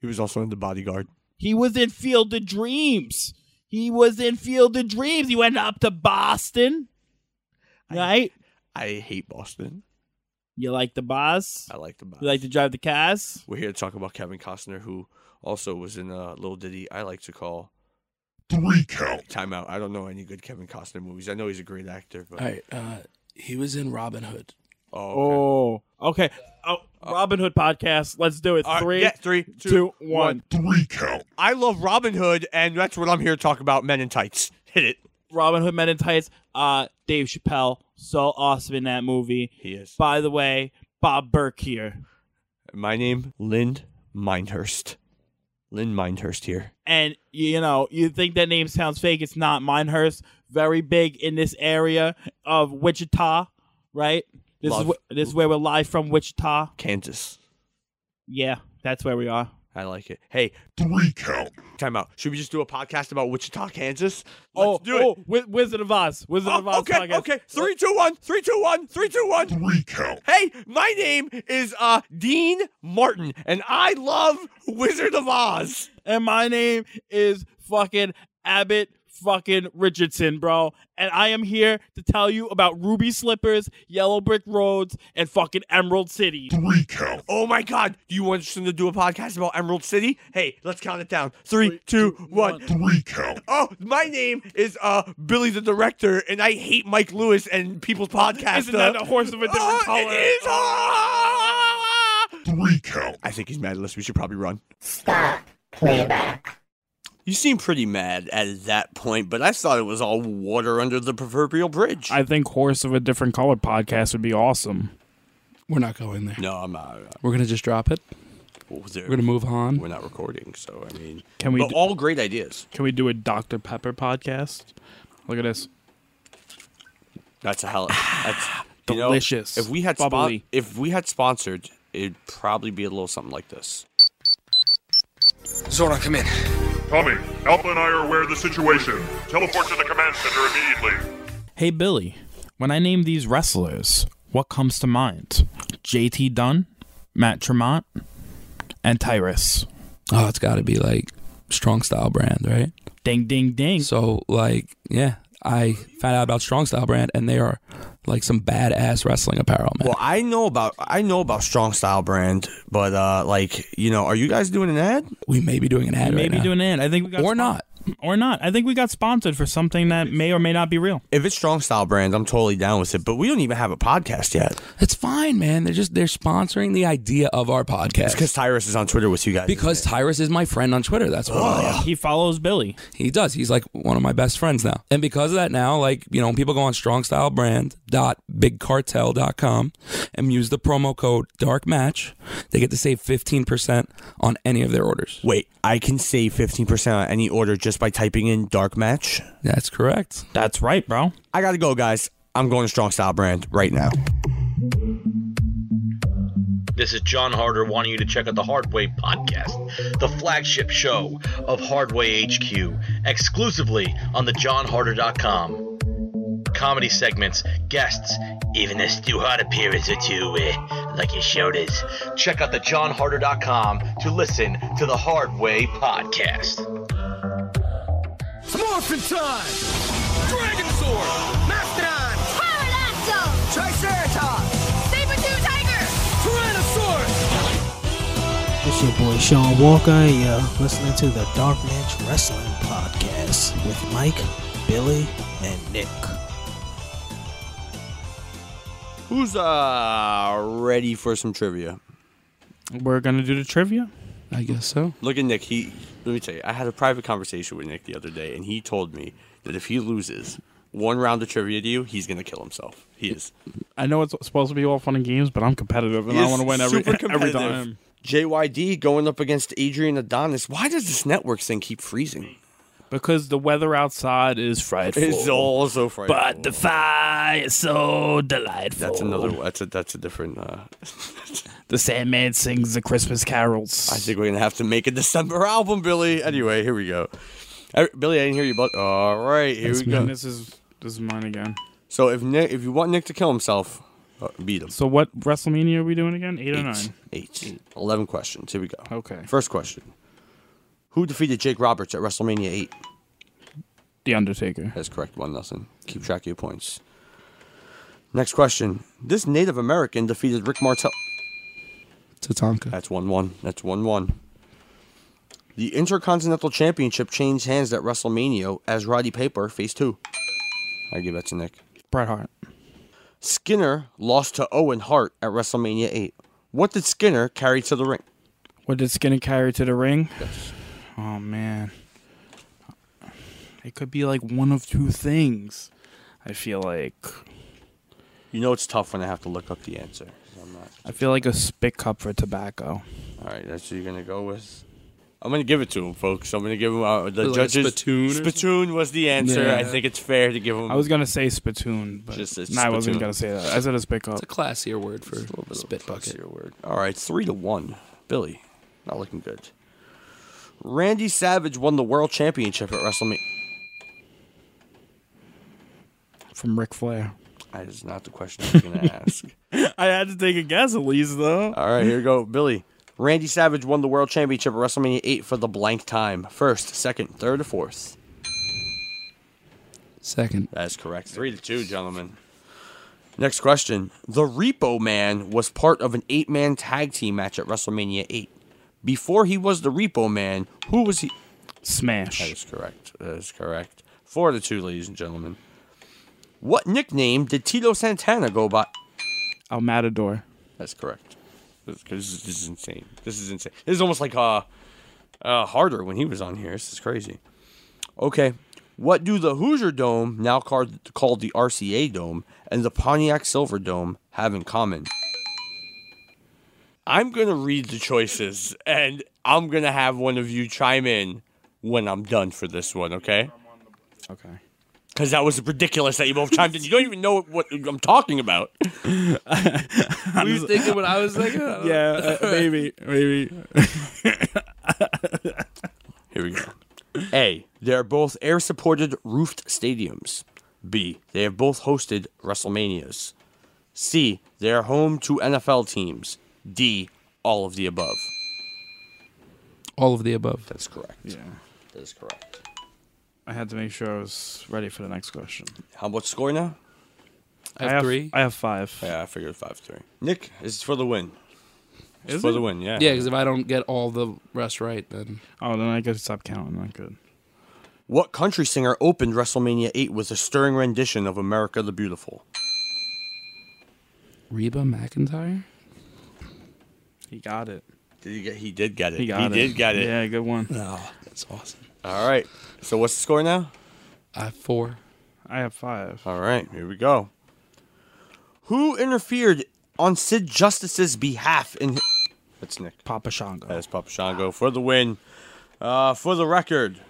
[SPEAKER 2] He was also in The Bodyguard.
[SPEAKER 3] He was in Field of Dreams. He was in Field of Dreams. He went up to Boston. Right?
[SPEAKER 2] I hate Boston.
[SPEAKER 3] You like the boss?
[SPEAKER 2] I like the Boston.
[SPEAKER 3] You like to drive the cars?
[SPEAKER 2] We're here to talk about Kevin Costner, who also was in a little ditty I like to call
[SPEAKER 5] Three count.
[SPEAKER 2] Time Out. I don't know any good Kevin Costner movies. I know he's a great actor, but
[SPEAKER 1] All right. Uh, he was in Robin Hood.
[SPEAKER 2] oh, okay.
[SPEAKER 3] Oh. Okay. Oh, Robin Hood podcast. Let's do it.
[SPEAKER 2] All right,
[SPEAKER 3] Three,
[SPEAKER 2] yeah, three, two,
[SPEAKER 3] two,
[SPEAKER 2] one.
[SPEAKER 3] one.
[SPEAKER 5] Three count.
[SPEAKER 2] I love Robin Hood, and that's what I'm here to talk about. Men in Tights. Hit it.
[SPEAKER 3] Robin Hood Men in Tights. Uh, Dave Chappelle. So awesome in that movie.
[SPEAKER 2] He is.
[SPEAKER 3] By the way, Bob Burke here.
[SPEAKER 2] My name, Lynn Minehurst. Lynn Minehurst here.
[SPEAKER 3] And, you know, you think that name sounds fake. It's not. Minehurst, very big in this area of Wichita, right? This
[SPEAKER 2] Love.
[SPEAKER 3] is wh- this is where we're live from Wichita.
[SPEAKER 2] Kansas.
[SPEAKER 3] Yeah, that's where we are.
[SPEAKER 2] I like it. Hey,
[SPEAKER 5] Three count.
[SPEAKER 2] time out. Should we just do a podcast about Wichita, Kansas? Let's
[SPEAKER 3] oh,
[SPEAKER 2] do it.
[SPEAKER 3] oh, Wi- Wizard of Oz. Wizard
[SPEAKER 2] Oh,
[SPEAKER 3] of Oz.
[SPEAKER 2] okay,
[SPEAKER 3] podcast.
[SPEAKER 2] okay. Three, two, one. Three, two, one. Three, two, one.
[SPEAKER 5] Three count.
[SPEAKER 2] Hey, my name is uh Dean Martin, and I love Wizard of Oz.
[SPEAKER 3] And my name is fucking Abbott fucking Richardson, bro. And I am here to tell you about Ruby Slippers, Yellow Brick Roads, and fucking Emerald City.
[SPEAKER 11] Three count.
[SPEAKER 2] Oh my God! Do you want us to do a podcast about Emerald City? Hey, let's count it down. Three, two, one.
[SPEAKER 11] Three count.
[SPEAKER 2] Oh, my name is uh Billy the Director, and I hate Mike Lewis and People's Podcast.
[SPEAKER 3] Isn't that a horse of a different
[SPEAKER 2] oh,
[SPEAKER 3] color?
[SPEAKER 2] It is. Ah!
[SPEAKER 11] Three count.
[SPEAKER 2] I think he's mad at us. We should probably run.
[SPEAKER 12] Stop playback.
[SPEAKER 2] You seem pretty mad at that point, but I thought it was all water under the proverbial bridge.
[SPEAKER 3] I think Horse of a Different Color podcast would be awesome.
[SPEAKER 1] We're not going there.
[SPEAKER 2] no, I'm not. I'm not-
[SPEAKER 1] We're gonna just drop it.
[SPEAKER 2] well, there-
[SPEAKER 1] We're gonna move on.
[SPEAKER 2] We're not recording, so I mean,
[SPEAKER 3] Can we
[SPEAKER 2] But
[SPEAKER 3] do-
[SPEAKER 2] all great ideas.
[SPEAKER 3] Can we do a Dr. Pepper podcast? Look at this.
[SPEAKER 2] That's a hell. That's you know,
[SPEAKER 3] Delicious.
[SPEAKER 2] if we had spot,
[SPEAKER 3] Bubbly.
[SPEAKER 2] if we had sponsored, it'd probably be a little something like this.
[SPEAKER 13] Zordon, come in.
[SPEAKER 11] Tommy, Alpha and I are aware of the situation. Teleport to the command center immediately.
[SPEAKER 3] Hey, Billy, when I name these wrestlers, what comes to mind? JT Dunn, Matt Tremont, and Tyrus.
[SPEAKER 1] Oh, it's got to be like strong style brand, right?
[SPEAKER 3] Ding, ding, ding.
[SPEAKER 1] So like, yeah, I found out about strong style brand, and they are like some badass wrestling apparel, man.
[SPEAKER 2] Well, I know about I know about Strong Style brand, but uh, like you know, are you guys doing an ad?
[SPEAKER 1] we may be doing an ad right
[SPEAKER 3] Maybe
[SPEAKER 1] now.
[SPEAKER 3] do an end. I think we got
[SPEAKER 1] or
[SPEAKER 3] spon-
[SPEAKER 1] not.
[SPEAKER 3] or not. I think we got sponsored for something that may or may not be real.
[SPEAKER 2] If it's Strong Style brand, I'm totally down with it. But we don't even have a podcast yet
[SPEAKER 1] It's fine, man. They're just they're sponsoring the idea of our podcast
[SPEAKER 2] because Tyrus is on Twitter with you guys.
[SPEAKER 1] because Tyrus is my friend on Twitter. That's why
[SPEAKER 3] He follows Billy.
[SPEAKER 1] he does. He's like one of my best friends now, and because of that, now like you know, people go on strongstylebrand.bigcartel.com and use the promo code Dark Match. They get to save fifteen percent on any of their orders.
[SPEAKER 2] wait, I can save fifteen percent on any order just by typing in Dark Match.
[SPEAKER 1] That's correct.
[SPEAKER 3] That's right, bro.
[SPEAKER 2] I gotta go, guys. I'm going to Strong Style brand right now.
[SPEAKER 14] This is John Harder wanting you to check out the Hardway Podcast, the flagship show of Hardway HQ, exclusively on the johnharder.com. Comedy segments, guests, even a Stu Hart appearance or two, eh, like your shoulders. Check out the johnharder.com to listen to the Hardway Podcast.
[SPEAKER 15] Morphin' time! Dragon Sword! Mastodon!
[SPEAKER 4] Pterodactyl!
[SPEAKER 15] Triceratops!
[SPEAKER 4] Saber-tooth tiger!
[SPEAKER 15] Tyrannosaurus!
[SPEAKER 16] It's your boy Sean Walker, and you're listening to the Dark Match Wrestling Podcast with Mike, Billy, and Nick.
[SPEAKER 2] Who's uh ready for some trivia?
[SPEAKER 3] We're gonna do the trivia.
[SPEAKER 1] I guess so.
[SPEAKER 2] Look at Nick. He let me tell you. I had a private conversation with Nick the other day, and he told me that if he loses one round of trivia to you, he's gonna kill himself. He is.
[SPEAKER 3] I know it's supposed to be all fun and games, but I'm competitive and I want to win every <laughs> every time.
[SPEAKER 2] JYD going up against Adrian Adonis. Why does this network thing keep freezing?
[SPEAKER 3] Because the weather outside is frightful.
[SPEAKER 2] It's all so frightful.
[SPEAKER 3] but the fire is so delightful.
[SPEAKER 2] that's another. That's a that's a different. Uh, <laughs>
[SPEAKER 3] The Sandman sings the Christmas carols.
[SPEAKER 2] I think we're gonna have to make a December album, Billy. Anyway, here we go. Uh, Billy, I didn't hear you, but all right, here we go.
[SPEAKER 3] this is this is mine again.
[SPEAKER 2] So if Nick, if you want Nick to kill himself, uh, beat him.
[SPEAKER 3] So what WrestleMania are we doing again? Eight, or
[SPEAKER 2] Eight.
[SPEAKER 3] nine?
[SPEAKER 2] Eight. Eleven questions. Here we go.
[SPEAKER 3] Okay.
[SPEAKER 2] First question. Who defeated Jake Roberts at WrestleMania 8?
[SPEAKER 3] The Undertaker.
[SPEAKER 2] That's correct. One nothing. Keep track of your points. Next question. This Native American defeated Rick Martel.
[SPEAKER 1] Tatanka.
[SPEAKER 2] That's one one. That's one one. The Intercontinental Championship changed hands at WrestleMania as Roddy Paper faced who? I give that to Nick.
[SPEAKER 3] Bret Hart.
[SPEAKER 2] Skinner lost to Owen Hart at WrestleMania 8. What did Skinner carry to the ring?
[SPEAKER 3] What did Skinner carry to the ring? Oh man. It could be like one of two things. I feel like
[SPEAKER 2] You know it's tough when I have to look up the answer. 'cause I'm not.
[SPEAKER 3] I feel like a spit cup for tobacco.
[SPEAKER 2] All right, that's what you're gonna go with. I'm gonna give it to him, folks. I'm gonna give him uh, the
[SPEAKER 1] Like
[SPEAKER 2] judges.
[SPEAKER 1] spittoon or
[SPEAKER 2] Spittoon was the answer. I
[SPEAKER 1] Yeah.
[SPEAKER 2] think it's fair to give him.
[SPEAKER 3] I was gonna say spittoon, but
[SPEAKER 2] Just- it's
[SPEAKER 3] no, I wasn't
[SPEAKER 2] spittoon.
[SPEAKER 3] gonna say that. I said a spit cup.
[SPEAKER 1] It's a classier word for spit
[SPEAKER 2] That's
[SPEAKER 1] bucket.
[SPEAKER 2] your word. All right, three to one. Billy, not looking good. Randy Savage won the world championship at WrestleMania.
[SPEAKER 3] From Ric Flair.
[SPEAKER 2] That is not the question I
[SPEAKER 1] <laughs>
[SPEAKER 2] was gonna ask.
[SPEAKER 3] <laughs> I had to take a guess at least though.
[SPEAKER 2] All right, here we go, Billy. Randy Savage won the world championship at WrestleMania 8 for the blank time. First, second, third, or fourth.
[SPEAKER 1] Second.
[SPEAKER 2] That is correct. Three to two, gentlemen. Next question. The Repo Man was part of an eight man tag team match at WrestleMania 8. Before he was the Repo Man, who was he?
[SPEAKER 3] Smash.
[SPEAKER 2] That is correct. That is correct. Four to two, ladies and gentlemen. What nickname did Tito Santana go by?
[SPEAKER 3] El Matador.
[SPEAKER 2] That's correct. This, 'cause this is- this is insane. This is insane. This is almost like uh, uh, harder when he was on here. This is crazy. Okay, what do the Hoosier Dome, now called called the RCA Dome, and the Pontiac Silver Dome have in common? I'm gonna read the choices, and I'm gonna have one of you chime in when I'm done for this one. Okay.
[SPEAKER 3] Okay.
[SPEAKER 2] Because that was ridiculous that you both chimed in. You don't even know what I'm talking about.
[SPEAKER 1] Were you thinking what I was thinking?
[SPEAKER 3] Yeah, uh, maybe, maybe.
[SPEAKER 2] Here we go. A. They are both air supported roofed stadiums. B. They have both hosted WrestleManias. C. They are home to NFL teams. D. All of the above.
[SPEAKER 1] All of the above.
[SPEAKER 2] That's correct.
[SPEAKER 3] Yeah.
[SPEAKER 2] That is correct.
[SPEAKER 3] I had to make sure I was ready for the next question.
[SPEAKER 2] How much score now?
[SPEAKER 1] I have three.
[SPEAKER 3] I have five.
[SPEAKER 2] Yeah, I figured 5 3. Nick, this is for the win. It's
[SPEAKER 3] Is
[SPEAKER 2] for
[SPEAKER 3] it?
[SPEAKER 2] the win, yeah.
[SPEAKER 1] yeah, because if I don't get all the rest right, then
[SPEAKER 3] Oh, then I gotta stop counting. Not good.
[SPEAKER 2] What country singer opened WrestleMania 8 with a stirring rendition of America the Beautiful?
[SPEAKER 1] Reba McIntyre.
[SPEAKER 3] He got it.
[SPEAKER 2] Did he, get, he did get it.
[SPEAKER 3] He got it.
[SPEAKER 2] did get it.
[SPEAKER 3] Yeah, good one.
[SPEAKER 1] Oh, that's awesome.
[SPEAKER 2] All right. So what's the score now?
[SPEAKER 1] I have four.
[SPEAKER 3] I have five.
[SPEAKER 2] All right, here we go. Who interfered on Sid Justice's behalf in? That's Nick.
[SPEAKER 3] Papa Shango.
[SPEAKER 2] That's Papa Shango for the win. Uh, for the record,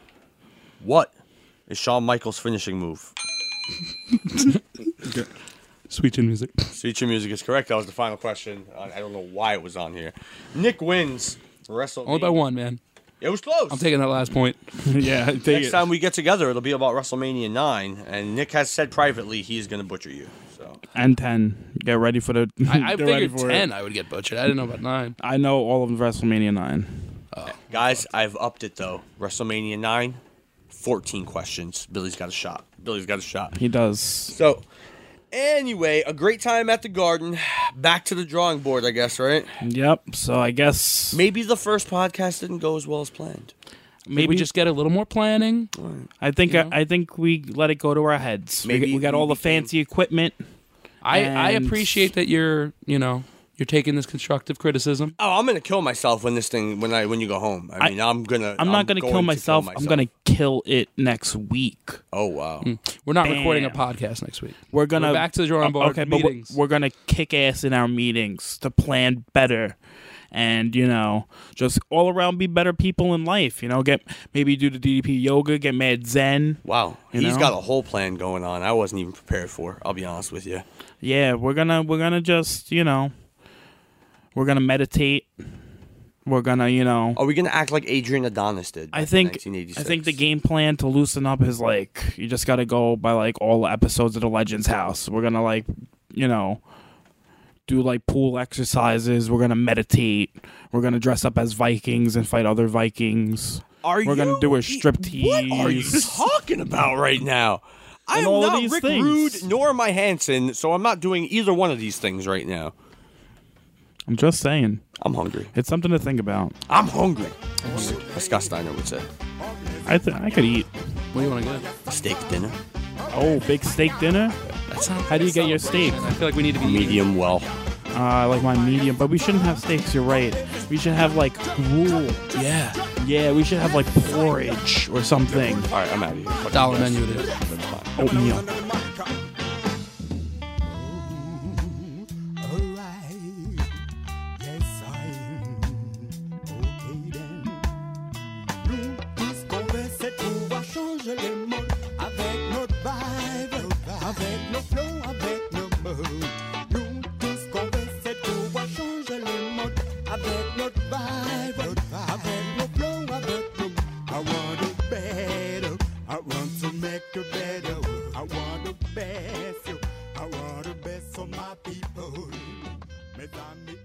[SPEAKER 2] what is Shawn Michaels' finishing move?
[SPEAKER 17] Sweet chin music.
[SPEAKER 2] Sweet Chin Music is correct. That was the final question. Uh, I don't know why it was on here. Nick wins. Wrestle
[SPEAKER 1] Only by one, man.
[SPEAKER 2] It was close.
[SPEAKER 1] I'm taking that last point.
[SPEAKER 3] yeah,
[SPEAKER 2] <laughs>
[SPEAKER 3] take
[SPEAKER 2] Next
[SPEAKER 3] it.
[SPEAKER 2] time we get together, it'll be about WrestleMania nine, and Nick has said privately he is going to butcher you. So
[SPEAKER 3] and ten. Get ready for the.
[SPEAKER 1] I, I
[SPEAKER 3] <laughs> get ready
[SPEAKER 1] figured
[SPEAKER 3] for it.
[SPEAKER 1] ten, I would get butchered. I didn't know about nine.
[SPEAKER 3] I know all of WrestleMania nine.
[SPEAKER 2] Guys, I've upped it though. WrestleMania 9, 14 questions. Billy's got a shot. Billy's got a shot.
[SPEAKER 3] He does.
[SPEAKER 2] So, anyway, a great time at the garden. Back to the drawing board, I guess, right?
[SPEAKER 3] Yep. So I guess
[SPEAKER 2] Maybe the first podcast didn't go as well as planned.
[SPEAKER 1] Maybe we
[SPEAKER 3] maybe
[SPEAKER 1] just get a little more planning.
[SPEAKER 3] I think uh, I, I think we let it go to our heads. We-
[SPEAKER 2] Maybe
[SPEAKER 3] we got all
[SPEAKER 2] we
[SPEAKER 3] the fancy equipment.
[SPEAKER 1] I, I
[SPEAKER 3] And-
[SPEAKER 1] appreciate that you're you know you're taking this constructive criticism.
[SPEAKER 2] Oh, I'm gonna kill myself when this thing when I when you go home. I mean, I, am gonna.
[SPEAKER 3] I'm, not gonna
[SPEAKER 2] going
[SPEAKER 3] kill
[SPEAKER 2] to
[SPEAKER 3] myself. I'm gonna Mm. kill it next week.
[SPEAKER 2] Oh wow.
[SPEAKER 1] We're not recording a
[SPEAKER 3] Bam.
[SPEAKER 1] podcast next week.
[SPEAKER 3] We're gonna
[SPEAKER 1] We're back to the drawing
[SPEAKER 3] Um,
[SPEAKER 1] board,
[SPEAKER 3] but we're-
[SPEAKER 1] meetings.
[SPEAKER 3] we're gonna kick ass in our meetings to plan better, and you know, just all around be better people in life. You know, get maybe do the DDP yoga, get mad Zen.
[SPEAKER 2] Wow.
[SPEAKER 3] You
[SPEAKER 2] He's
[SPEAKER 3] know?
[SPEAKER 2] got a whole plan going on. I wasn't even prepared for. I'll be honest with you.
[SPEAKER 3] Yeah, we're gonna we're gonna just you know, we're gonna meditate. We're gonna you know.
[SPEAKER 2] Are we gonna act like Adrian Adonis did? back
[SPEAKER 3] I
[SPEAKER 2] in
[SPEAKER 3] think I
[SPEAKER 2] 1986?
[SPEAKER 3] think the game plan to loosen up is like you just gotta go by like all episodes of the Legends House. We're gonna like you know do like pool exercises. We're gonna meditate. We're gonna dress up as Vikings and fight other Vikings.
[SPEAKER 2] Are
[SPEAKER 3] We're gonna
[SPEAKER 2] you-
[SPEAKER 3] do a
[SPEAKER 2] What are you
[SPEAKER 3] striptease.
[SPEAKER 2] talking about right now? I
[SPEAKER 3] And
[SPEAKER 2] am
[SPEAKER 3] all
[SPEAKER 2] not
[SPEAKER 3] these
[SPEAKER 2] Rick
[SPEAKER 3] things.
[SPEAKER 2] Rude nor my Hanson, so I'm not doing either one of these things right now.
[SPEAKER 3] I'm just saying,
[SPEAKER 2] I'm hungry.
[SPEAKER 3] it's something to think about.
[SPEAKER 2] I'm hungry. As Scott Steiner would say,
[SPEAKER 3] I th- I could eat.
[SPEAKER 1] What do you want to get?
[SPEAKER 2] steak dinner,
[SPEAKER 3] Oh, big steak dinner.
[SPEAKER 1] That's not,
[SPEAKER 3] How do you get your steak?
[SPEAKER 1] I feel like we need to be eating.
[SPEAKER 2] medium well.
[SPEAKER 3] Uh, I like my medium, but we shouldn't have steaks. You're right. We should have like gruel.
[SPEAKER 1] Yeah,
[SPEAKER 3] Yeah, we should have like porridge or something.
[SPEAKER 2] All right, I'm out of here. Fuck
[SPEAKER 1] dollar
[SPEAKER 2] you guys.
[SPEAKER 1] menu it is.
[SPEAKER 3] Oatmeal.
[SPEAKER 5] Alright, yes I'm okay then. Nous tous converser pouvoir changer les modes avec notre vibe, avec nos flows, avec nos modes. Nous tous converser pouvoir changer les modes avec notre vibe, avec nos flows, avec nos I want it better, I want to make it better, I want the best, I want the best for my people. Mes amis